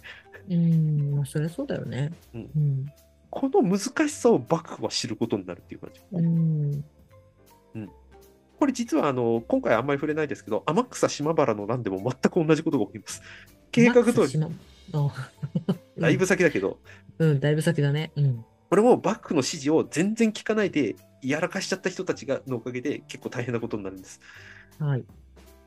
B: うんまあそりゃそうだよね
C: うん
B: うん
C: この難しさを幕府は知ることになるっていう感じ。
B: うん
C: これ実はあの今回あんまり触れないですけど、天草島原の乱でも全く同じことが起きます。計画
B: マッ
C: 通
B: クス
C: り、
B: 島あ
C: だいぶ先だけど、
B: うん、だいぶ先だね。うん。
C: これも幕府の指示を全然聞かないで、やらかしちゃった人たちがのおかげで結構大変なことになるんです。
B: はい。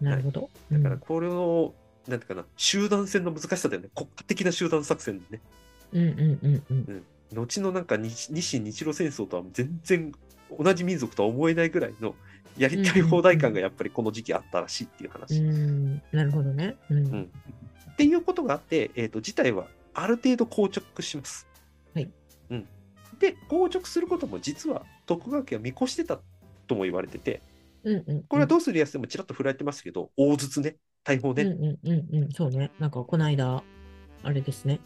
B: なるほど。
C: だからこれの、なんていうかな、集団戦の難しさだよね。国家的な集団作戦ね。
B: うん、うんうんうんうん。
C: 後のなんか日日清日露戦争とは全然同じ民族とは思えないぐらいのやりたい放題感がやっぱりこの時期あったらしいっていう
B: う
C: 話。
B: ん、なるほどね。うん。
C: んっていうことがあって、えー、と事態はある程度硬直します。
B: はい
C: うん、で、硬直することも実は徳川家は見越してたとも言われてて、
B: うんうんうん。
C: これはどうするやつでもちらっと振られてますけど、大筒ね、大砲ね。
B: うんうんうんうん。そうね。なんか、この間、あれですね。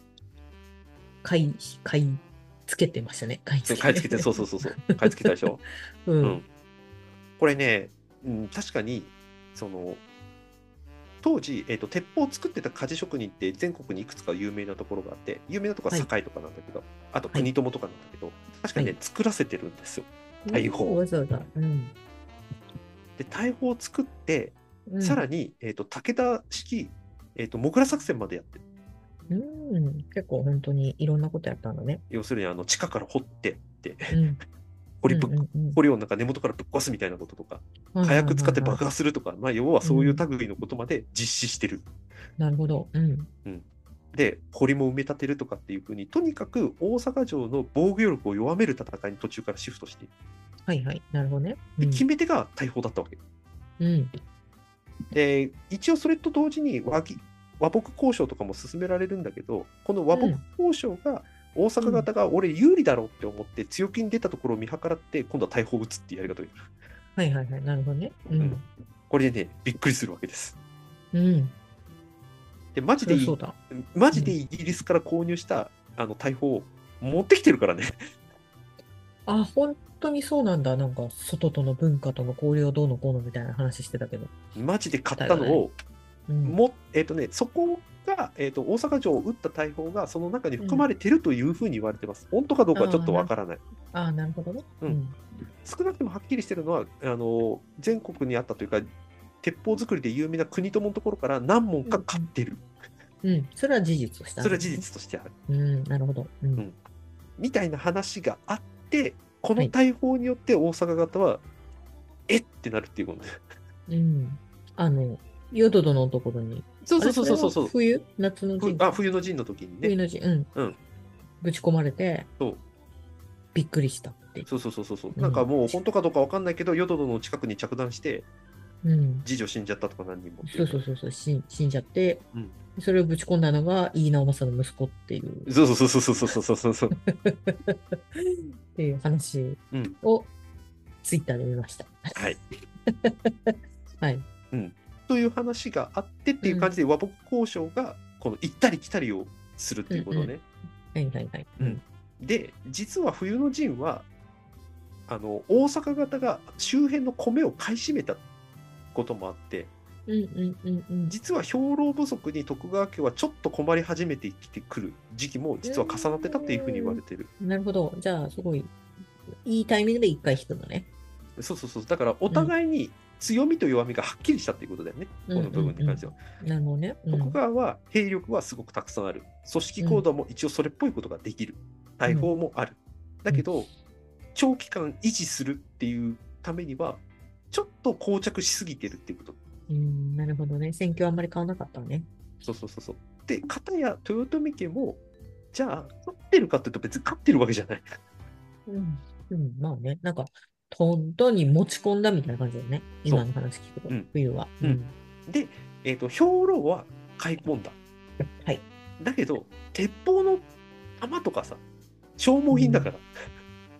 B: 買い、買い付けてましたね。買い
C: そう
B: 付
C: 買い
B: け
C: 付けて、そうそうそうそう、買い付けたでしょ。
B: う。
C: うんん。これね、うん、確かにその当時、えーと、鉄砲を作ってた鍛冶職人って全国にいくつか有名なところがあって有名なとこは
B: はい
C: 堺とかなんだけど、あと国友とかなんだけど、確かにね
B: はい
C: 作らせてるんですよ。大砲
B: わざわざ。うん。
C: で大砲を作って、
B: うん
C: さらに、えー、と武田式、えー、とモグラ作戦までやってる
B: うん。結構本当にいろんなことやったん だね。
C: 要するにあの地下から掘ってって
B: うん。
C: 掘りぶっ、
B: うんうんうん
C: 掘りをなんか根元からぶっ壊すみたいなこととか
B: はい
C: 火
B: はいはいはい
C: 薬使って爆破するとか、まあ、要はそういう類のことまで実施してる。
B: なるほど。うん。
C: で堀も埋め立てるとかっていうふうにとにかく大阪城の防御力を弱める戦いに途中からシフトしている
B: はいはい。なるほどね。
C: で
B: うん
C: 決め手が大砲だったわけ、
B: うん。
C: で一応それと同時に和議和睦交渉とかも進められるんだけどこの和睦交渉が大阪方が俺有利だろうって思って強気に出たところを見計らって今度は大砲を撃つっていうやり方をやる
B: はいはいはい。なるほどね。うん。
C: これでねびっくりするわけです
B: うん。
C: でマジでい
B: そうだ。
C: マジでイギリスから購入したあの大砲を持ってきてるからね
B: あ、本当にそうなんだ。なんか、外との文化との交流をどうのこうのみたいな話してたけど。
C: マジで買ったのを
B: うん。
C: もえっ、とね、そこが、えっと大阪城を撃った大砲がその中に含まれてるというふうに言われてます。本当かどうかはちょっとわからない。
B: ああ、なるほどね。
C: うん少なくともはっきりしてるのはあの全国にあったというか鉄砲作りで有名な国友のところから何問か買ってる。
B: うん。うん。それは事実としてあ
C: それは
B: るんだ
C: 事
B: ね
C: 実としてある。
B: うん。なるほど。うん。
C: うんみたいな話があってこの大砲によって大阪方は、えってなるっていうことね。
B: うんあの、ヨドドのところに。
C: そうそうそうそうそ
B: あ
C: う。
B: れそれは冬夏の
C: ふ
B: 陣
C: あ冬の陣の時に
B: 冬
C: ね。
B: の陣、うん。
C: うん
B: ぶち込まれて、
C: そう
B: びっくりしたって。
C: そうそうそうそうそう。なんかもう本当かどうかわかんないけど、ヨドドの近くに着弾して、
B: うん。
C: 次女死んじゃったとか何人もってい
B: そうそうそうそう、死ん死んじゃって、
C: うん
B: それをぶち込んだのが飯直政の息子っていう、っ
C: そうそうそうそうそうそうそう そう。
B: ていう話
C: うん。
B: をツイッターで見ました。
C: はい。
B: はい。
C: という話があってっていう感じで和睦交渉がこの行ったり来たりをするっていうことね。
B: えはいはいはい。
C: うんで実は冬の陣はあの大阪方が周辺の米を買い占めたこともあって
B: うんうんうんうん。
C: 実は兵糧不足に徳川家はちょっと困り始めてきてくる時期も実は重なってたっていうふうに言われてる。
B: なるほど。じゃあ、すごい、いいタイミングで一回引くのね。
C: そうそうそうだからお互いに強みと弱みがはっきりしたっていうことだよね、この部分に関しては。
B: なるほどね。うん
C: 徳川は兵力はすごくたくさんある。組織行動も一応それっぽいことができる。大砲もある。だけど、長期間維持するっていうためには、ちょっと膠着しすぎてるっていうこと。
B: うん、なるほどね。選挙はあんまり変わらなかったのね。
C: そうそうそうそう。で、片や豊臣家も、じゃあ、勝ってるかっていうと別に勝ってるわけじゃない。
B: うん。うん、まあね。なんか、本当に持ち込んだみたいな感じだよね。今の話聞くと、
C: うん
B: 冬は。
C: うん。で、えっ、と、兵糧は買い込んだ。
B: はい。
C: だけど、鉄砲の弾とかさ、消耗品だから。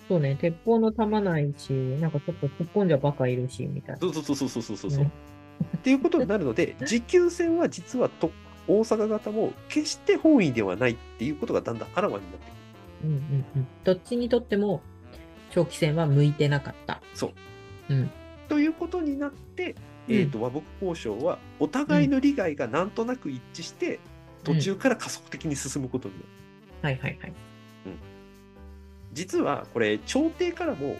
B: そうね。鉄砲の弾ないし、なんかちょっと突っ込んじゃバカいるし、みたいな。
C: そうそうそうそうそうそうそう。
B: ね
C: っていうことになるの で、持久戦は実はと大阪方も決して本意ではないっていうことがだんだんあらわになってくる。
B: うんうんうん。どっちにとっても、長期戦は向いてなかった。
C: そう。
B: うん
C: ということになって、えーと和睦交渉はお互いの利害がなんとなく一致して、途中から加速的に進むことになる。
B: はいはいはい。
C: 実はこれ朝廷からも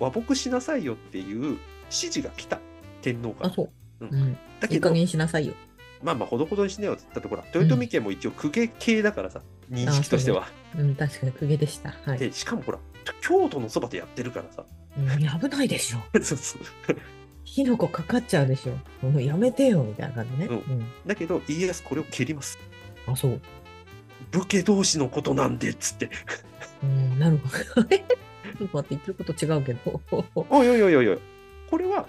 C: 和睦しなさいよっていう指示が来た天皇か
B: あ、
C: ら。
B: そう。
C: うん
B: うん。
C: だ
B: い
C: け
B: い加
C: ど
B: 減にしなさいよ。
C: まあまあほどほどにしなよって言ったところは豊臣家も一応公家系だからさ認識としては。
B: うん、確かに公家でした。はい。
C: でしかもほら京都のそばでやってるからさ
B: うん、危ないでしょ。
C: そうそう
B: 火の粉かかっちゃうでしょ。もうやめてよ、みたいな感じね。
C: うんだけど家康これを蹴ります
B: うんあ、そう。
C: 武家同士のことなんでっつって
B: うん、なるほど。 ちょっと待って、言ってること違うけど。
C: おいおいおいおいおいこれは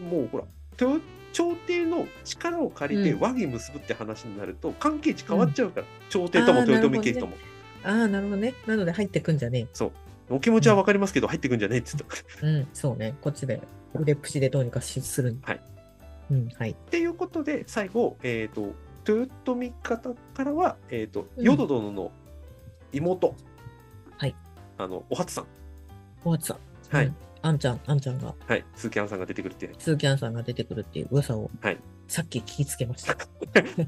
C: もうほら豊朝廷の力を借りて
B: うん
C: 和議結ぶって話になると関係値変わっちゃうから、朝廷とも
B: あー
C: 豊臣家とも、
B: ああ、なるほどね。なので入ってくんじゃね
C: お気持ちは分かりますけど入ってくんじゃねえっつってっ
B: え。うん、そうね。こっちで腕っぷしでどうにかしするに。
C: はい。
B: うん、はい。
C: ていうことで最後えっ、と豊臣方からはえっ、と
B: うん
C: 淀殿の妹、
B: はい
C: あのお初さん
B: おはつさん。
C: はい、
B: うんあんちゃん、あんちゃんが、
C: はい、鈴木杏さんが出てくるって
B: 鈴木杏さんが出てくるっていう噂を、
C: はい
B: さっき聞きつけました。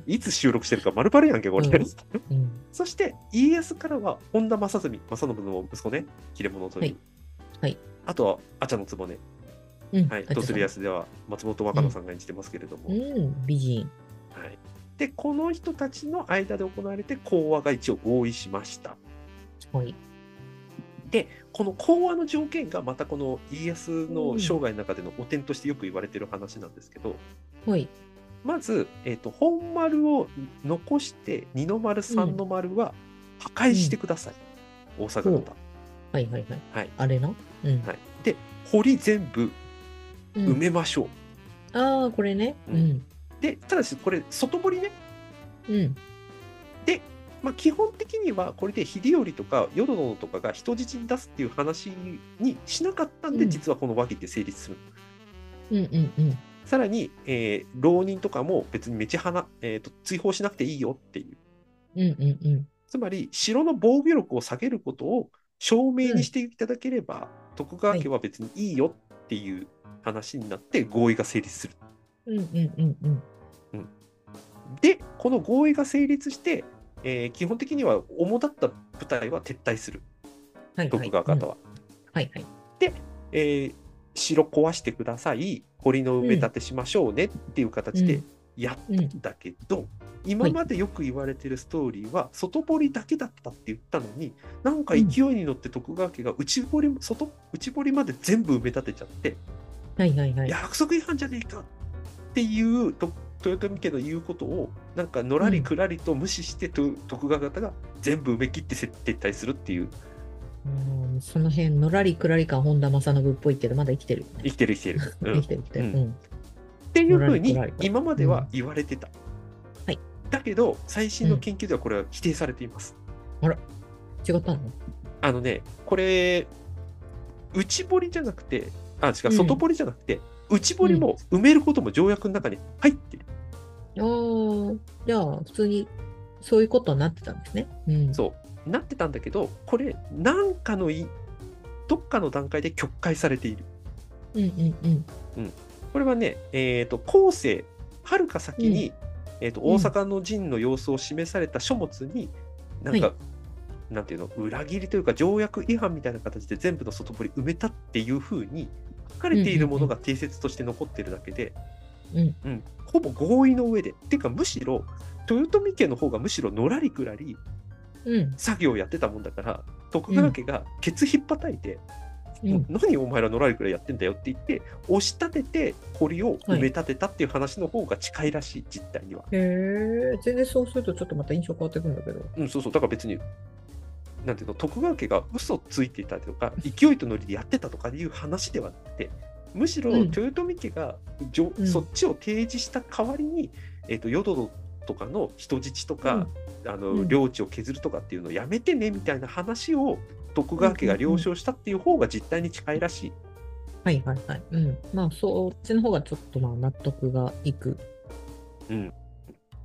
C: いつ収録してるか丸々やんけ、これ。
B: うんうん。
C: そして、家康からは、本田正純、正信の息子ね、切れ者という。
B: はいはい
C: あとは、あちゃのつぼね。
B: うん。
C: はい。
B: あんちゃん
C: どうするやすでは、松本若菜さんが演じてますけれども。
B: うん、美人。
C: はい。で、この人たちの間で行われて、講和が一応合意しました。
B: はい。
C: で、この講和の条件が、またこの家康の生涯の中での汚点としてよく言われてる話なんですけど、
B: はい。
C: まず、えっと本丸を残して二の丸三の丸は破壊してください、大阪方、
B: うんはいはいはい。
C: はい
B: あれなうん。
C: はい、で堀全部
B: うん
C: 埋めましょう、
B: ああ、これね。
C: う
B: うん。
C: でただしこれ外堀ね、
B: うん。
C: まあ、基本的にはこれで秀頼とか淀殿とかが人質に出すっていう話にしなかったんで、
B: うん
C: 実はこの和議って成立する
B: うんうんうん。
C: さらに、えー浪人とかも別に道花、えーと追放しなくていいよっていう
B: うんうんうん。
C: つまり城の防御力を下げることを証明にしていただければ、徳川家は別にいいよっていう話になって合意が成立する。
B: うんうんうんうん。
C: でこの合意が成立して、えー基本的には主だった部隊は撤退する
B: はいはい。
C: 徳川方は。
B: うんはいはい。
C: えー城壊してください堀の埋め立てしましょうねっていう形でやったんだけど、今までよく言われてるストーリーは外堀だけだったって言ったのになんか勢いに乗って徳川家が内堀も外内堀まで全部埋め立てちゃって
B: はいはいはい。
C: 約束違反じゃねえかっていうと豊臣家の言うことをなんかのらりくらりと無視してと徳川方が全部埋め切って撤退するっていう
B: うんその辺、のらりくらり感、本田正信っぽいけど、まだ生きてるよね。
C: 生きてる 生きてる。うん
B: 生きてる生きてる。
C: う
B: うんん。
C: っていうふうに
B: のらりくらりと
C: 今までは言われてた、
B: はい
C: だけど最新の研究ではこれは否定されています、
B: 違ったの
C: あのねこれ内堀じゃなくてあ違う
B: うん
C: 外堀じゃなくて、内堀も埋めることも条約の中に入ってる、
B: ああ、じゃあ、普通にそういうことになってたんですね。うん、
C: そうなってたんだけどこれなんかのいどっかの段階で曲解されている
B: うんうんうん
C: これはねえっ、と後世はるか先に、えー、と
B: うん
C: 大阪の陣の様子を示された書物に、なんか、
B: は
C: なんていうの裏切りというか条約違反みたいな形で全部の外堀埋めたっていうふうに書かれているものが定説として残ってるだけで、
B: うん
C: うんほぼ合意の上でっていうかむしろ豊臣家の方がむしろのらりくらり
B: うん
C: 作業やってたもんだから徳川家がケツひっぱたいて、
B: うん
C: もう何お前らのらりくらいやってんだよって言って押し立てて堀を埋め立てたっていう話の方が近いらしい実態には、
B: へえ全然そうするとちょっとまた印象変わってくるんだけど。
C: うん、そうそうだから別になんていうの徳川家が嘘ついていたとか勢いとノリでやってたとかいう話ではなくてむしろ
B: うん
C: 豊臣家がじょ、
B: うん
C: そっちを提示した代わりに、えー、と淀殿とかの人質とか、あの
B: うん
C: 領地を削るとかっていうのをやめてねみたいな話を徳川家が了承したっていう方が実態に近いらしい。
B: はいはいはい。うん。まあ、そっちの方がちょっとまあ納得がいく。
C: うん。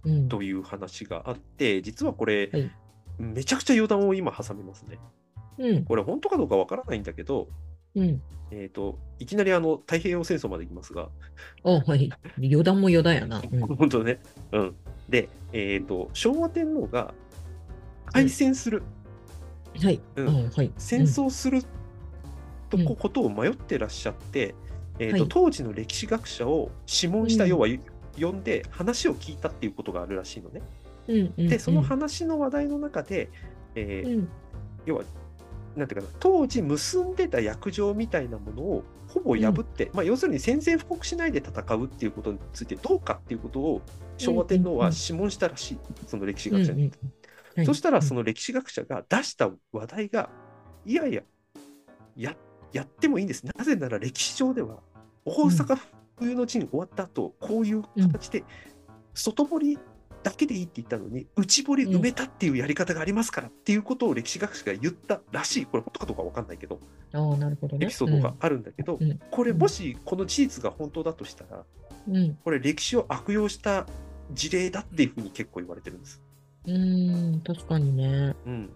B: うん。
C: という話があって実はこれ、
B: はい
C: めちゃくちゃ余談を今挟みますね。
B: うん。
C: これ本当かどうかわからないんだけど、
B: うん。
C: えー、といきなりあの太平洋戦争まで行きますが、
B: あ、はい。余談も余談やな。うん。
C: 本当ね。うん、で、えーと、昭和天皇が開戦する、
B: はい。
C: うん
B: あはい。
C: 戦争すると
B: うん
C: こことを迷ってらっしゃって、えーと
B: はい
C: 当時の歴史学者を諮問した、
B: うん
C: 要は呼んで話を聞いたっていうことがあるらしいのね。
B: うん。うん。うん
C: で、その話の話題の中で、えー
B: うん。
C: 要は、なんていうかな、当時結んでた約定みたいなものをほぼ破って、まあ、要するに宣戦布告しないで戦うっていうことについてどうかっていうことを昭和天皇は諮問したらしい、その歴史学者
B: うんうん
C: に。
B: はい
C: そしたら、そ
B: の、
C: の歴史学者が出した話題が、いやいや、ややってもいいんです。なぜなら歴史上では、大阪冬の陣終わった後、こういう形で、外堀だけでいいって言ったのに、内堀埋めたっていうやり方がありますからっていうことを歴史学者が言ったらしい。これ、本当かどうか分かんないけど、
B: ああ、なるほどね。
C: エピソードがあるんだけど
B: うんうん、
C: これ、もしこの事実が本当だとしたら、
B: うん。うん。
C: これ、歴史を悪用した事例だっていうふうに結構言われてるんです。
B: うん、確かにね。
C: うん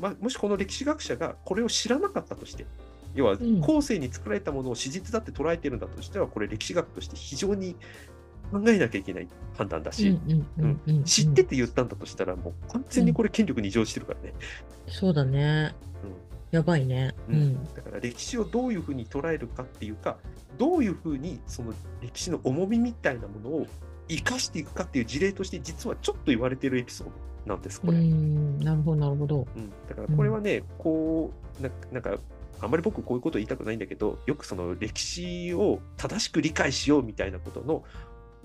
C: まあ、もしこの歴史学者がこれを知らなかったとして要は
B: ん
C: 後世に作られたものを史実だって捉えてるんだとしてはこれ歴史学として非常に考えなきゃいけない判断だ
B: う
C: し、
B: んうんうんうん。
C: 知ってて言ったんだとしたらもう完全にこれ権力に依存してるからね、
B: そうだね。やばいね。
C: う
B: うんん。
C: だから歴史をどういうふうに捉えるかっていうかどういうふうにその歴史の重みみたいなものを生かしていくかっていう事例として実はちょっと言われてるエピソードなんですこ
B: う
C: れ。
B: ん。なるほど、なるほど。
C: うん、だからこれはね、こうななんかあんまり僕こういうこと言いたくないんだけどよくその歴史を正しく理解しようみたいなことの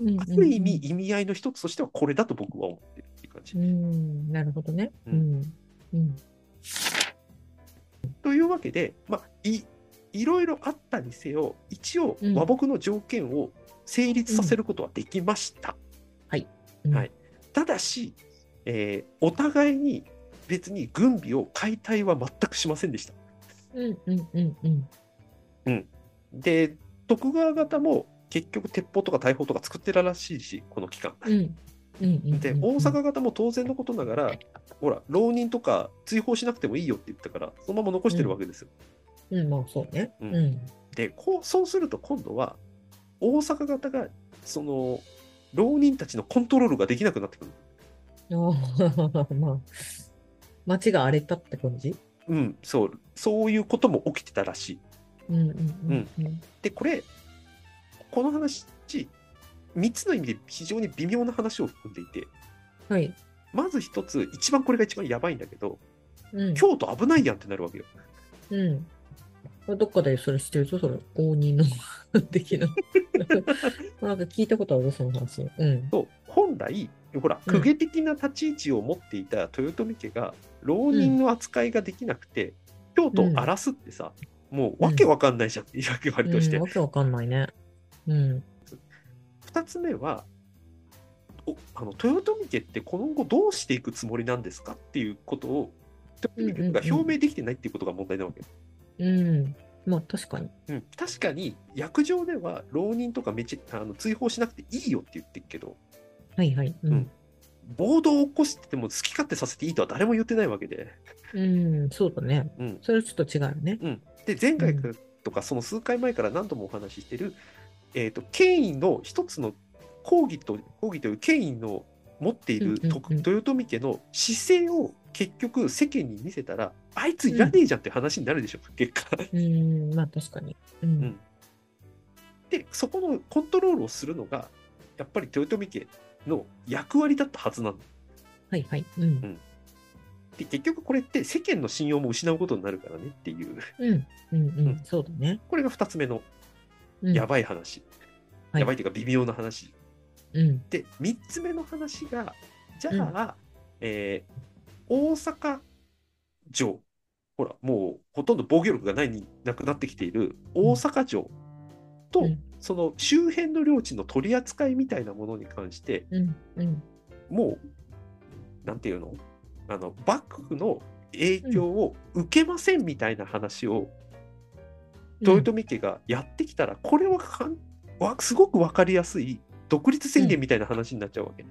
B: うん
C: ある意味、意味合いの一つとしてはこれだと僕は思ってるっていう感じ。
B: うん。なるほどね。
C: う
B: うん。うん。
C: というわけで、まあ、いいろいろあったにせよ一応
B: うん
C: 和睦の条件を成立させることはできました。
B: うん
C: はい。ただし、えーお互いに別に軍備を解体は全くしませんでした。
B: うんうんうんうん。
C: で徳川方も結局鉄砲とか大砲とか作ってたらしいしこの期間。
B: うんうんうんうん
C: で大阪方も当然のことながらほら浪人とか追放しなくてもいいよって言ったからそのまま残してるわけですよ。
B: うん、まあそうね。
C: う
B: うんん。
C: でこうそうすると今度は大阪方がその浪人たちのコントロールができなくなってくる。
B: ああまあ、街が荒れたって感じ。
C: うん、そうそういうことも起きてたらしい。
B: うんうんうん
C: でこれこの話3つの意味で非常に微妙な話を含んでいて
B: うん。はい。
C: まず一つ、一番これが一番やばいんだけど、
B: うん。
C: 京都危ないやんってなるわけよ。
B: うん。これどっかでそれ知ってるぞ、それ。応仁の 的な。なんか聞いたことあるぞ、その話。うん。
C: と本来、ほら、
B: うん
C: 公家的な立ち位置を持っていた豊臣家が、浪人の扱いができなくて、京都を荒らすってさ、もうわけわかんないじゃん、言い訳割りとして。
B: うん、わけわかんないね。うん。
C: 二つ目は、おあの豊臣家ってこの後どうしていくつもりなんですかっていうことを、豊臣家が表明できてないっていうことが問題なわけ。
B: うん。まあ確かに。
C: うん、確かに、役場では浪人とかめちあの追放しなくていいよって言ってるけど、
B: はいはい。う
C: うん
B: ん。
C: 暴動を起こしてても好き勝手させていいとは誰も言ってないわけで。
B: うん、そうだね。
C: うん
B: それはちょっと違うね。
C: うん、で前回からとかその数回前から何度もお話ししてる、えー、と権威の一つの抗議と抗議という権威の持っている
B: うんうん
C: と
B: うん
C: 豊臣家の姿勢を結局世間に見せたらあいついらねえじゃんって話になるでしょ、結果。
B: うん、まあ確かに。う、
C: うんんでそこのコントロールをするのがやっぱり豊臣家の役割だったはずなんだ。
B: はいはい。うん、
C: で結局これって世間の信用も失うことになるからねっていう
B: うん、うん、う
C: うん
B: ん、そうだね。
C: これが2つ目の
B: うん、
C: やばい話、
B: はい
C: やばいというか微妙な話
B: うん、
C: で3つ目の話がじゃあ、えー大阪城ほらもうほとんど防御力がないになくなってきている大阪城と、
B: うん
C: その周辺の領地の取り扱いみたいなものに関して
B: うん、うん、
C: もうなんていうのあの幕府の影響を受けませんみたいな話を豊臣家がやってきたら、これはかんわすごく分かりやすい独立宣言みたいな話になっちゃうわけ。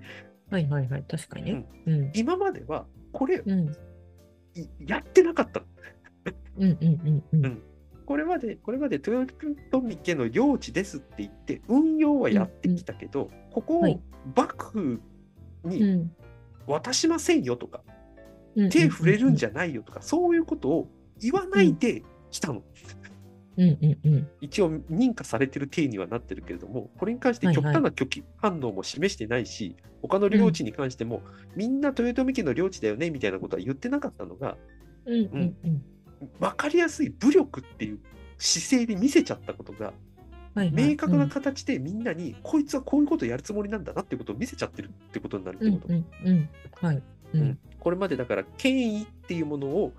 B: はいはいはい、確かにね。うん、
C: 今まではこれ
B: うん、
C: いやってなかった。
B: うん、うん、うん、うん、
C: これまで、これまで豊臣家の領地ですって言って、運用はやってきたけど、ここ
B: はい
C: を幕府
B: う
C: に
B: ん、
C: 渡しませんよとか、
B: うん、
C: 手触れるんじ
B: ゃ。
C: ゃないよとか、そういうことを言わないで来たの。
B: うん、うん、うん、
C: 一応認可されてる体にはなってるけれども、これに関して
B: はいは
C: 極
B: い
C: 端な拒否反応も示してないし、他の領地に関しても、みんな豊臣家の領地だよねみたいなことは言ってなかったのが、
B: うん、うん、うん、
C: 分かりやすい武力っていう姿勢で見せちゃったことが、
B: はいはい。
C: 明確な形でみんなに、こいつはこういうことやるつもりなんだなってことを見せちゃってるってことになるっ
B: う
C: て
B: ん、
C: こと、
B: うん、うん、はい。う
C: うんん、これまでだから権威っていうものを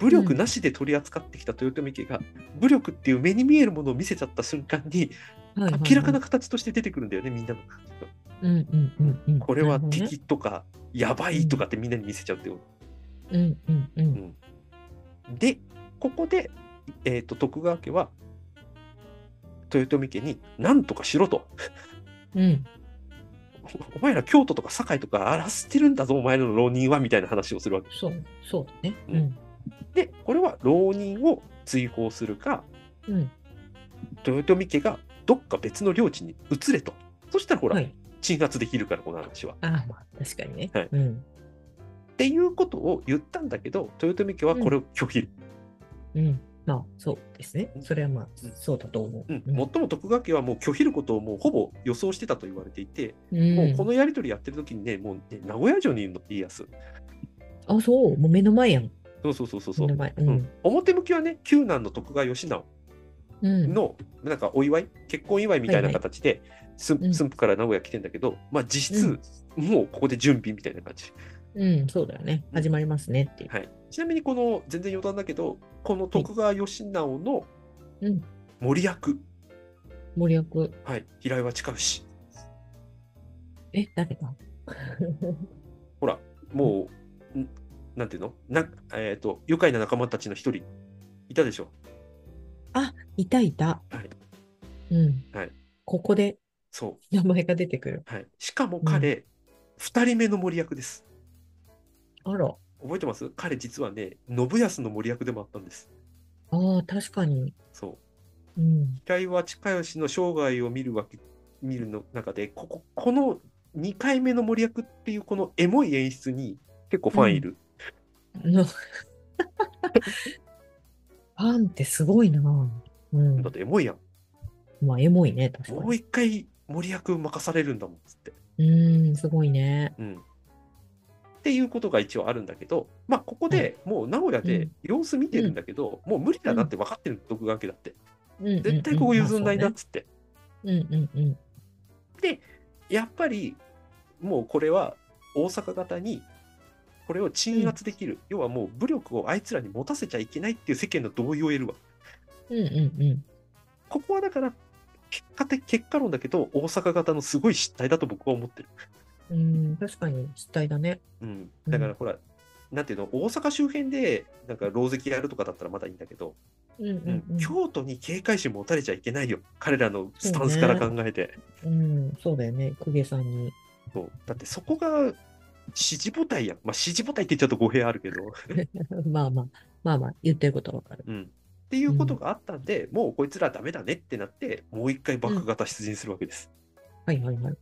C: 武力なしで取り扱ってきた豊臣家が、武力っていう目に見えるものを見せちゃった瞬間に、
B: はいはい。
C: 明らかな。形として出てくるんだよね、みんなの。
B: うん、うん、うん、うん。
C: これは
B: なるほどね
C: 敵とか、やばいとかってみんなに見せちゃうってこと。
B: うん、うん、うん。
C: で、ここで、えー、と徳川家は豊臣家に何とかしろと。
B: うん、
C: おお前ら京都とか堺とか荒らしてるんだぞ、お前らの浪人はみたいな話をするわけ。
B: そう、そうだね。
C: うで、これは浪人を追放するか、
B: うん、うん、
C: 豊臣家がどっか別の領地に移れと。そしたらほら、
B: はい。
C: 鎮圧できるから、この話は。
B: ああ、まあ、確かにね。
C: はい
B: うん、
C: っていうことを言ったんだけど、豊臣家はこれを拒否。
B: うん。まあ、そうですね
C: う。ん
B: それはまあ
C: うん、
B: そうだと思う。
C: うん、もっとも徳川家はもう拒否ることをもうほぼ予想してたと言われていて、
B: うん
C: もうこのやり取りやってる時にね、もうね、名古屋城にいるの、家康。
B: あ、そう、もう目の前やん。
C: そうそうそうそうそ
B: 目
C: う、
B: の前。う
C: うんん。表向きはね、九男の徳川義直
B: うん。
C: の、なんかお祝い、結婚祝いみたいな形で、駿
B: うん
C: 駿府から名古屋来てんだけど、まあ実
B: う
C: 質、もうここで準備みたいな感じ。
B: うん、そうだよね。
C: うん
B: 始まりますねっていう。
C: はい、ちなみに、この全然余談だけど、この徳川義直の
B: うん
C: 森役、
B: 森役、
C: はい、平岩親氏。
B: え、誰だ
C: ほら、もう、んなんていうのな、えっ、と、愉快な仲間たちの一人、いたでしょ。
B: あ、いたいた。
C: はい
B: うん。
C: はい
B: ここで
C: そ
B: 名前が出てくる。
C: う。はい、しかも彼、二、人目の森役です。
B: あら。
C: 覚えてます彼実はね、信康の森役でもあったんです。
B: ああ、確かに。
C: そう。
B: うん。
C: 平井は近吉の生涯を見るわけ、見るの中で、ここ、この2回目の森役っていうこのエモい演出に結構ファンいる。
B: の ファンってすごいな。うん
C: だっ。てエモいやん。
B: まあ、エモいね、確か
C: もう
B: に。
C: 一回森役任されるんだもん、つって。
B: うん、すごいね。
C: うんっていうことが一応あるんだけど、まあ、ここでもう名古屋
B: う
C: で
B: ん
C: 様子見てるんだけど、もう無理だなって分かってる、徳川家だって。
B: うん
C: 絶対ここ譲んないなっ。つって。
B: うんうんうんまあ
C: やっぱり、もうこれは大阪型に、これを鎮圧できる、要はもう武力をあいつらに持たせちゃいけないっていう世間の同意を得るわ。
B: そうね。うんうんうん。
C: ここはだから、結果的、結果論だけど、大阪型のすごい失態だと僕は思ってる。
B: うん、確かに失態だね。
C: うん、だからほら、なんていうの、大阪周辺で、なんか、狼藉やるとかだったらまだいいんだけど、
B: うんうんうん。
C: 京都に警戒心持たれちゃいけないよ、彼らのスタンスから考えて。
B: うん、そうだよね。公家さんに。
C: そうだってそこが指示母体やん。まあ、指示母体って言っちゃうと語弊あるけど。
B: まあまあ、まあまあ、言ってることはわかる。
C: うん。っていうことがあったんで、もうこいつらダメだねってなって、もう一回バック型出陣するわけです。
B: はいはいはい。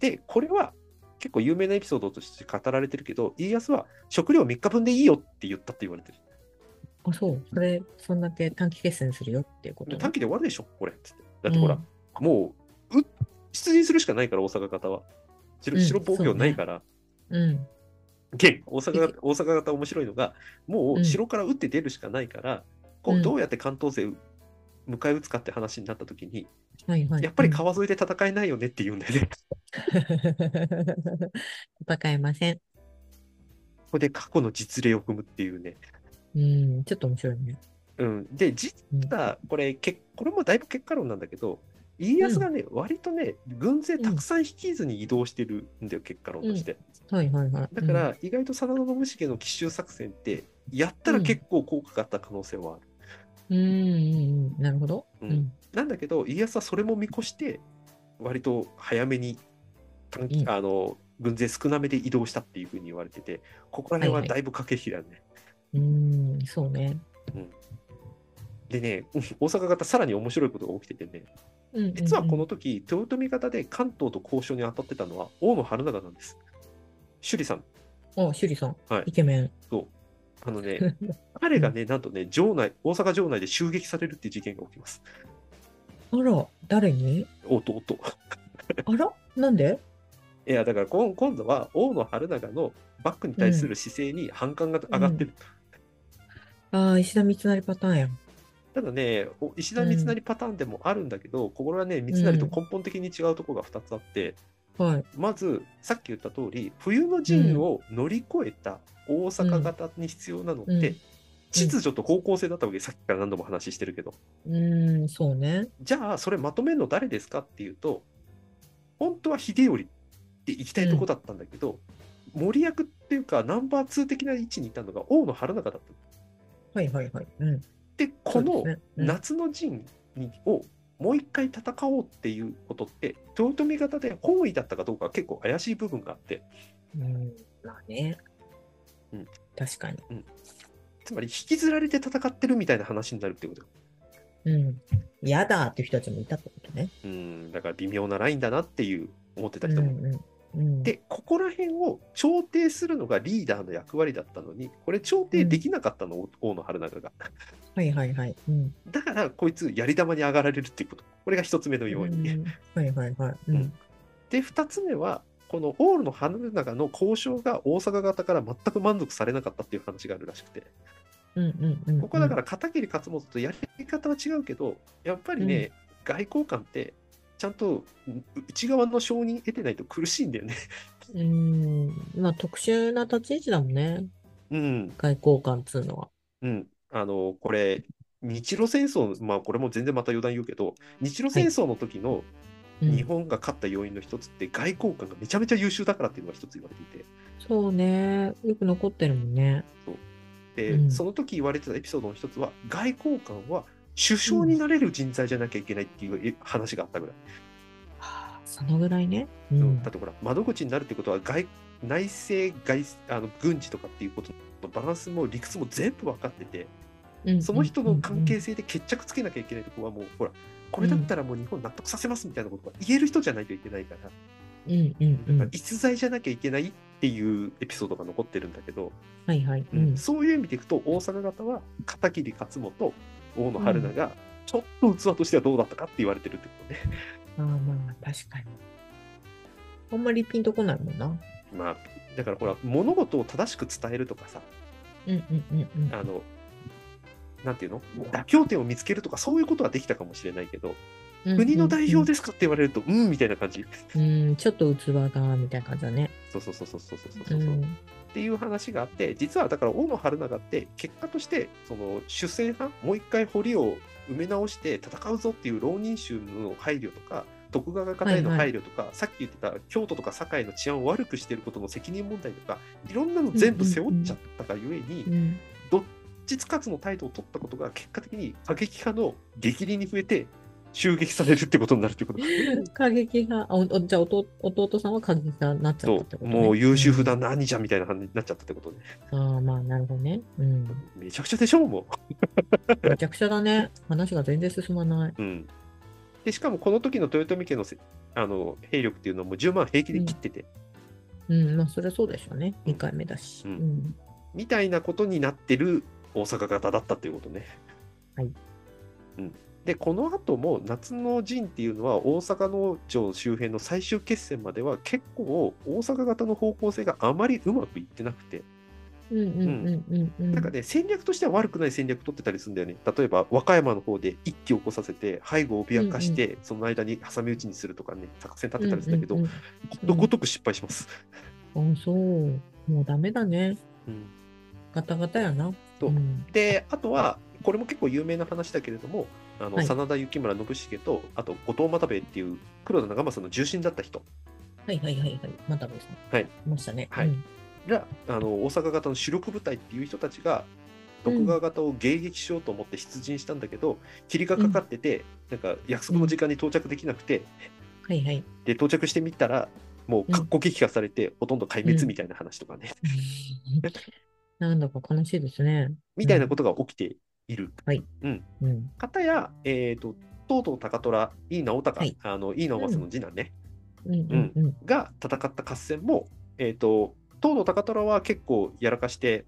C: で、これは結構有名なエピソードとして語られてるけど、家康は食料3日分でいいよって言ったって言われてる。
B: あ、そう。それ、そんだけ短期決戦するよっていうこと。
C: で短期で終わるでしょ、これっつって。だってほら、もうう出陣するしかないから、大阪方は。
B: う
C: 白
B: ん
C: 白防御ないから。
B: うん。うん。
C: 現大阪が大阪方面白いのが、も
B: う
C: うん城から打って出るしかないから、こ
B: う
C: うんどうやって関東勢迎え撃つかって話になった時に、
B: はいはい。
C: やっぱり
B: うん
C: 川沿いで戦えないよねって言うんだよね。
B: 戦えません。
C: ここで過去の実例を踏むっていうね。
B: うん、ちょっと面白いね。
C: うん、で、実
B: うん
C: はこれ、けこれもだいぶ結果論なんだけど、家康がね、割とね、軍勢たくさん率いずに移動してるんだよ、結果論として。
B: はいはいはい。
C: だから、意外と真田信繁の奇襲作戦って、やったら結構効果があった可能性はある。
B: うん、うん、うんうん、なるほど。
C: う
B: うんん。
C: なんだけど、家康はそれも見越して、割と早めに短期、
B: うん
C: あの軍勢少なめで移動したっていうふうに言われてて、ここら辺は
B: はい
C: は
B: は
C: だいぶ駆け引きだね。
B: うん、そうね。
C: でね、 うん大阪方、さらに面白いことが起きててね、
B: うんうんうん
C: 実はこの時、豊臣方で関東と交渉に当たってたのは、大野晴長なんです。首里さん、
B: あ、趣里さん、
C: はい
B: イケメン。
C: そう。あの ね、彼がね、なんとね、城内、大阪城内で襲撃されるっていう事件が起きます。
B: あら、誰に
C: おっとおっと。
B: あら、なんで
C: いや、だからこん今度は大野晴長のバックに対する姿勢に反感が上がってる。
B: ああ、石田三成パターンやん。
C: ただね、お石田三成パターンでもあるんだけど、これはね、三成と根本的に違うところが2つあって、
B: はい。
C: まず、さっき言った通り、冬の陣を乗り越えた大阪型に必要なのって、
B: うんうん
C: 秩序と方向性だったわけ、さっきから何度も話してるけど。
B: うん、そうね。
C: じゃあ、それまとめるの誰ですかっていうと、本当は秀頼って行きたいとこだったんだけど、森役っていうか、ナンバー2的な位置にいたのが大野晴長だった。
B: はいはいはい。うん。
C: で、こ
B: そう
C: の
B: ですねうん
C: 夏の陣にをもう一回戦おうっていうことって、豊臣方で本意だったかどうかは結構怪しい部分があって、
B: うん、まあね。
C: うん
B: 確かに。
C: つまり引きずられて戦ってるみたいな話になるってことよ
B: うん。嫌だっていう人たちもいたってことね。
C: うん、だから微妙なラインだなっていう思ってた
B: うん
C: 人も。
B: うんうん、
C: で、ここら辺を調停するのがリーダーの役割だったのに、これ調停できなかったの、大野春長が。
B: はいはいはい。うん。
C: だから、こいつ、やり玉に上がられるっていうこと。これが一つ目の要因。
B: うんはいはいはい。う
C: うん
B: ん。
C: で、二つ目は、この大野春長の交渉が大阪方から全く満足されなかったっていう話があるらしくて。
B: うんうんうん。。
C: ここはだからら片桐勝元とやり方は違うけど、やっぱりね、外交官って、ちゃんとうん内側の承認得てないと苦しいんだよね。
B: うん。まあ特殊な立ち位置だもんね。
C: うん、
B: 外交官っつうのは。
C: うん。あの、これ、日露戦争、まあこれも全然また余談言うけど、日露戦争の時の
B: うん
C: 日本が勝った要因の一つって、外交官がめちゃめちゃ優秀だからっていうのが一つ言われていて、
B: そうね。よく残ってるもんね。
C: で、
B: うん
C: その時言われてたエピソードの一つは、外交官は首相になれる人材じゃなきゃいけないっていう話があったぐらい。
B: はあそのぐらいね。う
C: うん
B: ん
C: だっ。てほら窓口になるってことは外内政外あの軍事とかっていうことのバランスも理屈も全部分かってて
B: うん
C: その人の関係。性で決着つけなきゃいけないとこはもうほらこれだったらもう日本納得させますみたいなことが言える人じゃないといけないから
B: うんう
C: だ
B: んうん
C: か
B: う
C: ら
B: ん。
C: 逸材じゃなきゃいけないっていうエピソードが残ってるんだけど、
B: はいはい。うん。
C: そういう意味でいくと大阪方は片桐勝元大野春長、ちょっと器としてはどうだったかって言われてるってことね。
B: まあまあ、確かに。あんまりピンとこないもんな。
C: まあ、だからほら物事を正しく伝えるとかさ
B: うんうんうんうん。
C: あの、なんていうの妥協点を見つけるとか、そういうことはできたかもしれないけど、国の代表
B: で。
C: ですかって言われると、うん、みたいな感じ。
B: うん、ちょっと器が、みたいな感じだね。
C: そうそうそうそうそうそう
B: う
C: そう、っ
B: ん。
C: ていう話があって、実はだから、大野春長って、結果として、その、主戦派、もう一回堀を埋め直して戦うぞっていう浪人衆の配慮とか、徳川方への
B: はいは
C: 配慮とか、さっき言ってた京都とか堺の治安を悪くしてることの責任問題とか、いろんなの全部背負っちゃったがゆえに、
B: うん。
C: 実活の態度を取ったことが結果的に過激派の激励に増えて襲撃されるってことになるってこと
B: 過激派、あおおじゃあ弟、弟さんは過激派になっちゃったって
C: と
B: こと、ね、
C: もう優秀不断な兄ちゃんみたいな感じになっちゃったってことね。
B: うんああ、まあ、なるほどね。うん。
C: めちゃくちゃでしょ、も
B: めちゃくちゃだね。話が全然進まない。
C: う。うん、でしかもこの時の豊臣家のせあの兵力っていうのはもう10万平気で切ってて、
B: うん、まあ、それはそうでしょうね。2回目だし。
C: う
B: うんん。
C: みたいなことになってる大阪方だったっていうことね。
B: はい
C: うん、でこの後も夏の陣っていうのは大阪の城周辺の最終決戦までは結構大阪方の方向性があまりうまくいってなくて
B: うんうんうんうんうん。
C: なんかね、戦略としては悪くない戦略取ってたりするんだよね。例えば、和歌山の方で一気を起こさせて、背後を脅かして、その間に挟み撃ちにするとかね、作戦立てたりするんだけど、
B: うんう
C: こ
B: ん
C: とごとく失敗します。
B: うんあそう。もうダメだね。
C: うん
B: ガタガタやな。
C: そうんで、あとは、これも結構有名な話だけれども、あの
B: はい
C: 真田幸村信繁と、あと後藤又兵衛っていう黒田長政の重臣だった人
B: はいはいはいはい。またべさん。
C: はい。
B: ましたね。
C: はい
B: うん
C: が、あの大阪方の主力部隊っていう人たちが、徳川方を迎撃しようと思って出陣したんだけど、霧がかかってて、なんか約束の時間に到着できなくて、
B: はいはい。
C: で到着してみたらもうかっこ撃破されて、ほとんど壊滅みたいな話とかね、
B: なんだか悲しいですね。
C: みたいなことが起きている。
B: うん。
C: 方や、えー、と東堂高虎井伊直隆、
B: はい
C: あの井伊直政の次男ね、
B: うんうんうん。
C: が戦った合戦も、えー、と東堂高虎は結構やらかして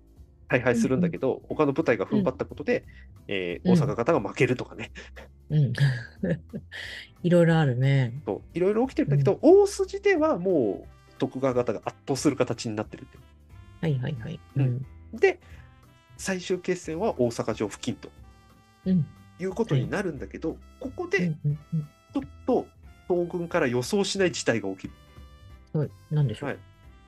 C: 大敗するんだけど、他の部隊が踏ん張ったことで、えー
B: うん
C: 大阪方が負けるとかね、
B: うん。 いろいろあるね。
C: といろいろ起きてるんだけど、大筋ではもう徳川方が圧倒する形になってるって
B: はいはいはい。
C: う
B: うんん。
C: で最終決戦は大阪城付近と。
B: うん。
C: いうことになるんだけど、ここ
B: う
C: で
B: んうんうん。
C: ちょっと東軍から予想しない事態が起きる。
B: はい。なんでしょ。
C: はいう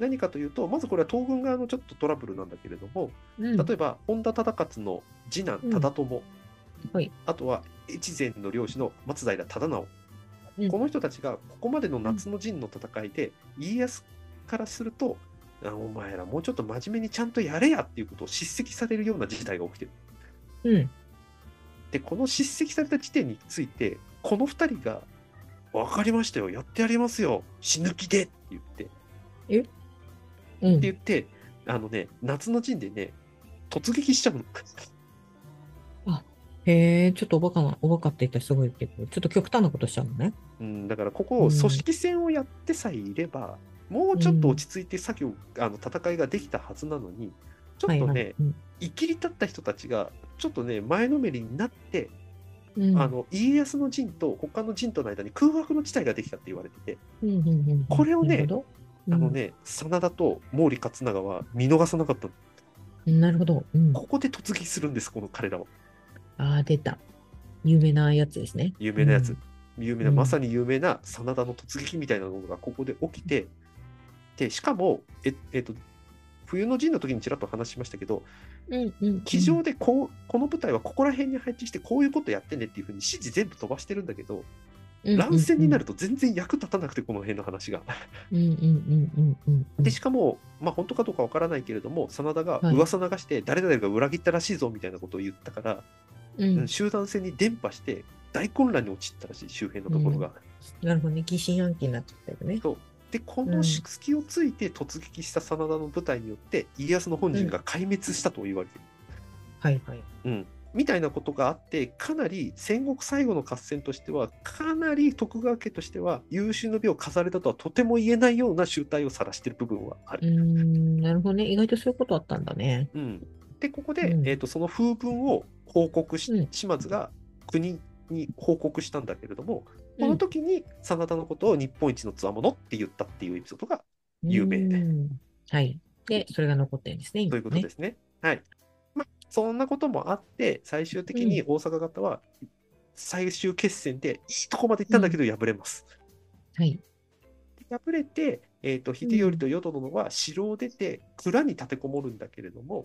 C: 何かというと、まずこれは東軍側のちょっとトラブルなんだけれども、
B: 例
C: 例えば本田忠勝の次男
B: うん
C: 忠友、
B: はい
C: あとは越前の領主の松平忠直、
B: うん
C: この人たちがここまでの夏の陣の戦いで、家康からすると、あお前らもうちょっと真面目にちゃんとやれやっていうことを叱責されるような事態が起きてる。
B: うん。
C: でこの叱責された地点についてこの2人が「分かりましたよやってやりますよ死ぬ気で」って言ってって
B: うん。
C: 言ってあのね夏の陣でね突撃しちゃうの
B: へえ、ちょっとおバカな、おバカって言ったらすごいけど、ちょっと極端なことしちゃうのね。
C: うんだからここを組織戦をやってさえいれば、もうちょっと落ち着いて作業、あの戦いができたはずなのにちょっとね、
B: はいはい。うん
C: 生きり立った人たちがちょっとね前のめりになって、
B: うん
C: あの家康の陣と他の陣との間に空白の地帯ができたって言われてて。
B: うんうんうんうん
C: これをね
B: なるほど
C: あのね、真田と毛利勝長は見逃さなかったの
B: うんなるほど。うん、
C: ここで突撃するんです、この彼らは。
B: ああ、出た。有名なやつですね。
C: 有名なやつ。有名な、
B: うん
C: まさに有名な真田の突撃みたいなのがここで起きて、で、しかも、え、えっと、冬の陣の時にちらっと話しましたけど、
B: うんうんうん。
C: 機上でこう、この部隊はここら辺に配置して、こういうことやってねっていうふうに指示全部飛ばしてるんだけど、
B: うんうんうん
C: 乱戦になると全然役立たなくて、この辺の話が。
B: うんうんうんうんうん。
C: で、しかも、まあ、本当かどうかわからないけれども、真田が
B: はい
C: 噂流して、誰々が裏切ったらしいぞみたいなことを言ったから、
B: うん
C: うん集団戦に伝播して大混乱に陥ったらしい周辺のところが。
B: なるほどね。疑心暗鬼になっちゃったよね。
C: そうでこ
B: う
C: の
B: ん
C: 隙をついて突撃した真田の部隊によって家康の本陣が壊滅したと言われている、
B: はいはい。
C: みたいなことがあってかなり戦国最後の合戦としてはかなり徳川家としては優秀の美を飾れたとはとても言えないような集大を晒している部分はあ
B: う
C: る。
B: ーん、なるほどね。意外とそういうことあったんだね。
C: うんでここで、
B: うん
C: えー、とその風文を報告し、
B: うん
C: 島津が国に報告したんだけれども、
B: う
C: こ
B: ん
C: の時に真田のことを日本一の強者って言ったっていうエピソードが有名で
B: うんはい。で、それが残ってるんですね。。
C: ということですすね。はい。まあ、そんなこともあって、最終的に大阪方は最終決戦でいいとこまで行ったんだけど敗れます。
B: はい。
C: で敗れて、えー、と秀頼と淀殿は城を出て蔵に立てこもるんだけれども、
B: うん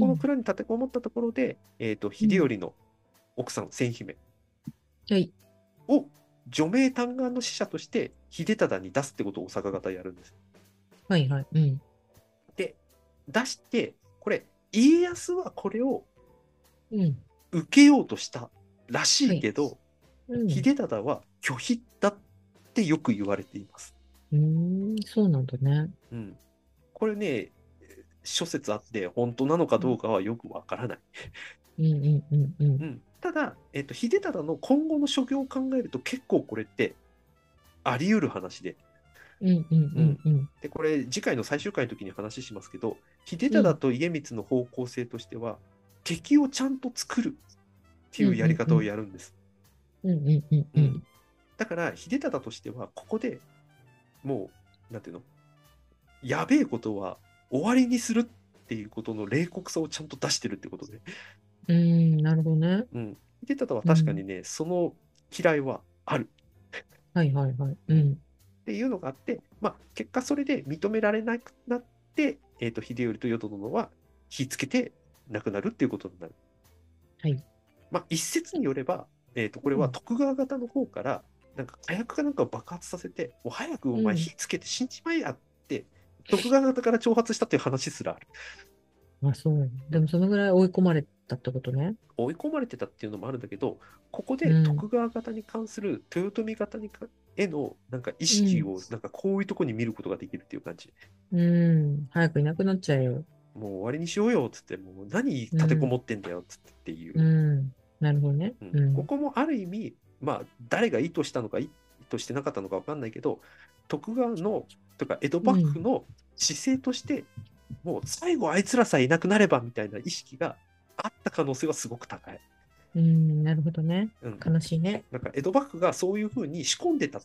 C: この蔵に立てこもったところで、えー、と秀頼の奥さん千姫
B: はい。
C: を除名嘆願の使者として秀忠に出すってことを大阪方やるんです。
B: はいはい。うん。
C: で出してこれ家康はこれを
B: うん。
C: 受けようとしたらしいけど、
B: うん
C: 秀忠は拒否だってよく言われています。
B: うーん、そうなんだね。
C: うん、これね、諸説あって、本当なのかどうかはよくわからない。
B: うんうんうんう。
C: うんん、ただ、えっと、秀忠の今後の所業を考えると、結構これってあり得る話で、
B: うんうんうんうん。
C: でこれ、次回の最終回の時に話しますけど、秀忠と家光の方向性としては、敵をちゃんと作るっていうやり方をやるんです。
B: うんうんうんう
C: うん
B: ん。
C: だから、秀忠としては、ここでもう、なんていうの、やべえことは終わりにするっていうことの冷酷さをちゃんと出してるってことで、
B: うーん、なるほどね。
C: うん、秀忠は確かにね、その嫌いはある
B: はいはいはい。うん。
C: っていうのがあって、まあ、結果、それで認められなくなって、えー、と秀頼と淀殿は火つけて亡くなるっていうことになる。
B: はい
C: まあ、一説によれば、えー、とこれは
B: うん
C: 徳川方の方から、なんか火薬かなんかを爆発させて、もう早くお
B: う
C: 前
B: ん
C: 火つけて死んじまえやって、徳川方から挑発したっていう話すらある。
B: まあそう。でもそのぐらい追い込まれたってことね。
C: 追い込まれてたっていうのもあるんだけど、ここで
B: うん
C: 徳川方に関する豊臣方にかへのなんか意識を、なんかこういうとこに見ることができるっていう感じ。
B: うん。早くいなくなっちゃえよ。
C: もう終わりにしようよっつって、もう何立てこもってんだよっつってっていうう、
B: ん。なるほどね。
C: う
B: うんん。
C: ここもある意味、まあ、誰が意図したのか、意図してなかったのか分かんないけど、徳川の、とか江戸幕府の姿勢として、もう最後あいつらさえいなくなればみたいな意識があった可能性はすごく高い。
B: うん。なるほどね。
C: うん、
B: 悲しいね。
C: なんか江戸幕府がそういうふうに仕込んでた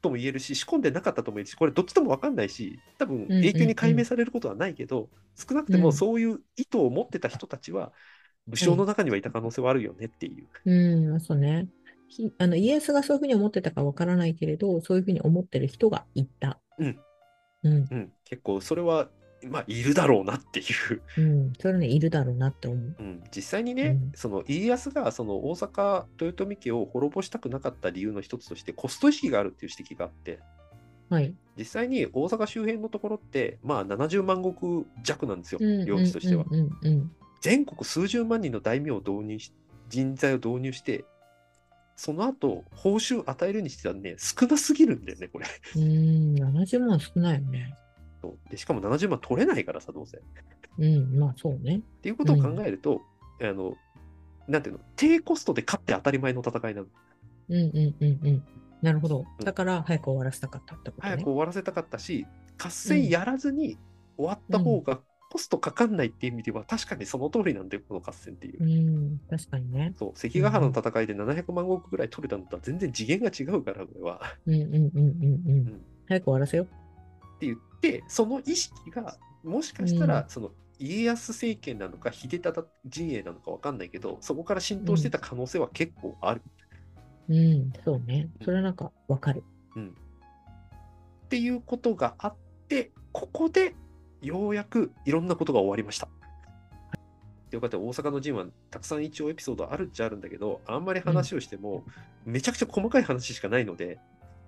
C: とも言えるし、仕込んでなかったとも言えるし、これどっちとも分かんないし、多分
B: うんうん
C: 永久に解明されることはないけど、少なくて
B: う
C: も
B: ん
C: そういう意図を持ってた人たちは、武将の中にはいた可能性はあるよねっていう。
B: うん。そうね。ひあの、家康がそういうふうに思ってたかわからないけれど、そういうふうに思ってる人がいた。
C: うん。
B: うん。
C: うん、結構それは、まあ、いるだろうなっていう。
B: うん。それはね、いるだろうなって思う。
C: うん、実際にね、
B: うん
C: その家康がその大阪豊臣家を滅ぼしたくなかった理由の一つとして、コスト意識があるっていう指摘があって、
B: はい。
C: 実際に大阪周辺のところって、まあ、70万石弱なんですよ、
B: うん。
C: 領地としては。
B: うんうんうんうん。
C: 全国数十万人の大名を導入し人材を導入してその後報酬与えるにしてはね少なすぎるんだよねこれ
B: うーん、70万少ないよね。
C: そうでしかも70万取れないからさどうせっ
B: うん、まあそうね。
C: ていうことを考えると、あのなんていうの低コストで勝って当たり前の戦いなの
B: うんうんうんうん。なるほど
C: う。ん
B: だから早く終わらせたかったってことね。
C: 早く終わらせたかったし合戦やらずに終わった方がコストかかんないっていう意味では確かにその通りなんだよこの合戦っていう、
B: うん、確かにね。
C: そう関ヶ原の戦いで700万石ぐらい取れたのとは全然次元が違うからこれは
B: うんうんうんうんうん。
C: うん
B: 早く終わらせよ
C: って言ってその意識がもしかした
B: う
C: ら
B: ん
C: その家康政権なのか秀忠陣営なのかわかんないけどそこから浸透してた可能性は結構ある
B: う。うん、そうね。それはなんかわかる。
C: っていうことがあってここでようやくいろんなことが終わりました。ということで大阪の陣はたくさん一応エピソードあるっちゃあるんだけどあんまり話をしてもめちゃくちゃ細かい話しかないので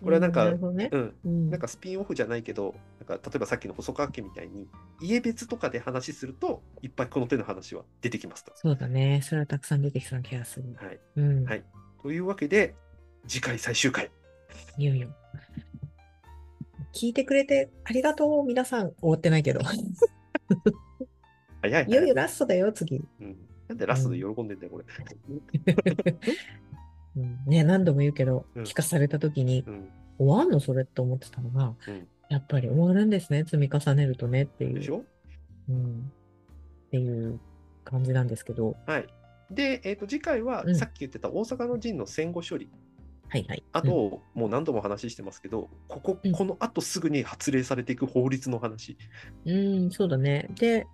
C: これはなんか
B: うなるほどね。
C: うん
B: うん、
C: なんかスピンオフじゃないけど、なんか例えばさっきの細川家みたいに、家別とかで話すると、いっぱいこの手の話は出てきますと。
B: そうだね。それはたくさん出てきそうな気がする。
C: はい、
B: うん、、
C: はいいというわけで、次回最終回。
B: いよいよ。聞いてくれてありがとう、皆さん。終わってないけど。
C: 早い
B: い
C: 早
B: よいよラストだよ、次。
C: うん。なんでラストで喜んでんだよ、これ。
B: うん、ね、何度も言うけど、
C: うん
B: 聞かされた時に、
C: うん。
B: 終わんのそれって思ってたのが、
C: うん
B: やっぱり終わるんですね積み重ねるとねってい
C: でし
B: う、
C: ょ
B: うん、っていう感じなんですけど
C: はい。で、えー、と次回は
B: うん
C: さっき言ってた大阪の陣の戦後処理、
B: はいはい
C: あと、もう何度も話してますけど、ここ、
B: うん
C: この後すぐに発令されていく法律の話、
B: うん、うんそうだねで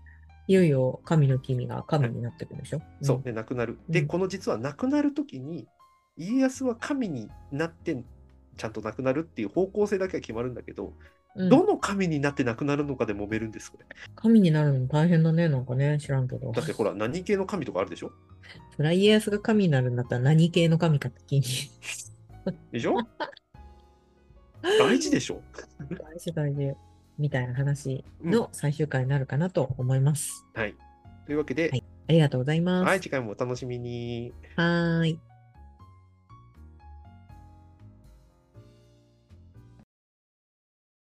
B: いよいよ神の君が神になってくるでしょ、
C: そう、で、亡くなる。で、
B: うん
C: この実は亡くなる時に、家康は神になって、ちゃんと亡くなるっていう方向性だけは決まるんだけど、
B: うん、
C: どの神になって亡くなるのかで揉めるん ですこれ。
B: 神になるのも大変だねなんかね知らんけど
C: だってほら、何系の神とかあるでしょ
B: そりゃ家康が神になるんだったら何系の神かって 気に
C: でし ょ大事でしょ
B: 大事大事みたいな話の最終回になるかなと思います、
C: はい。というわけで、
B: ありがとうございます
C: はい、次回もお楽しみに。
B: はーい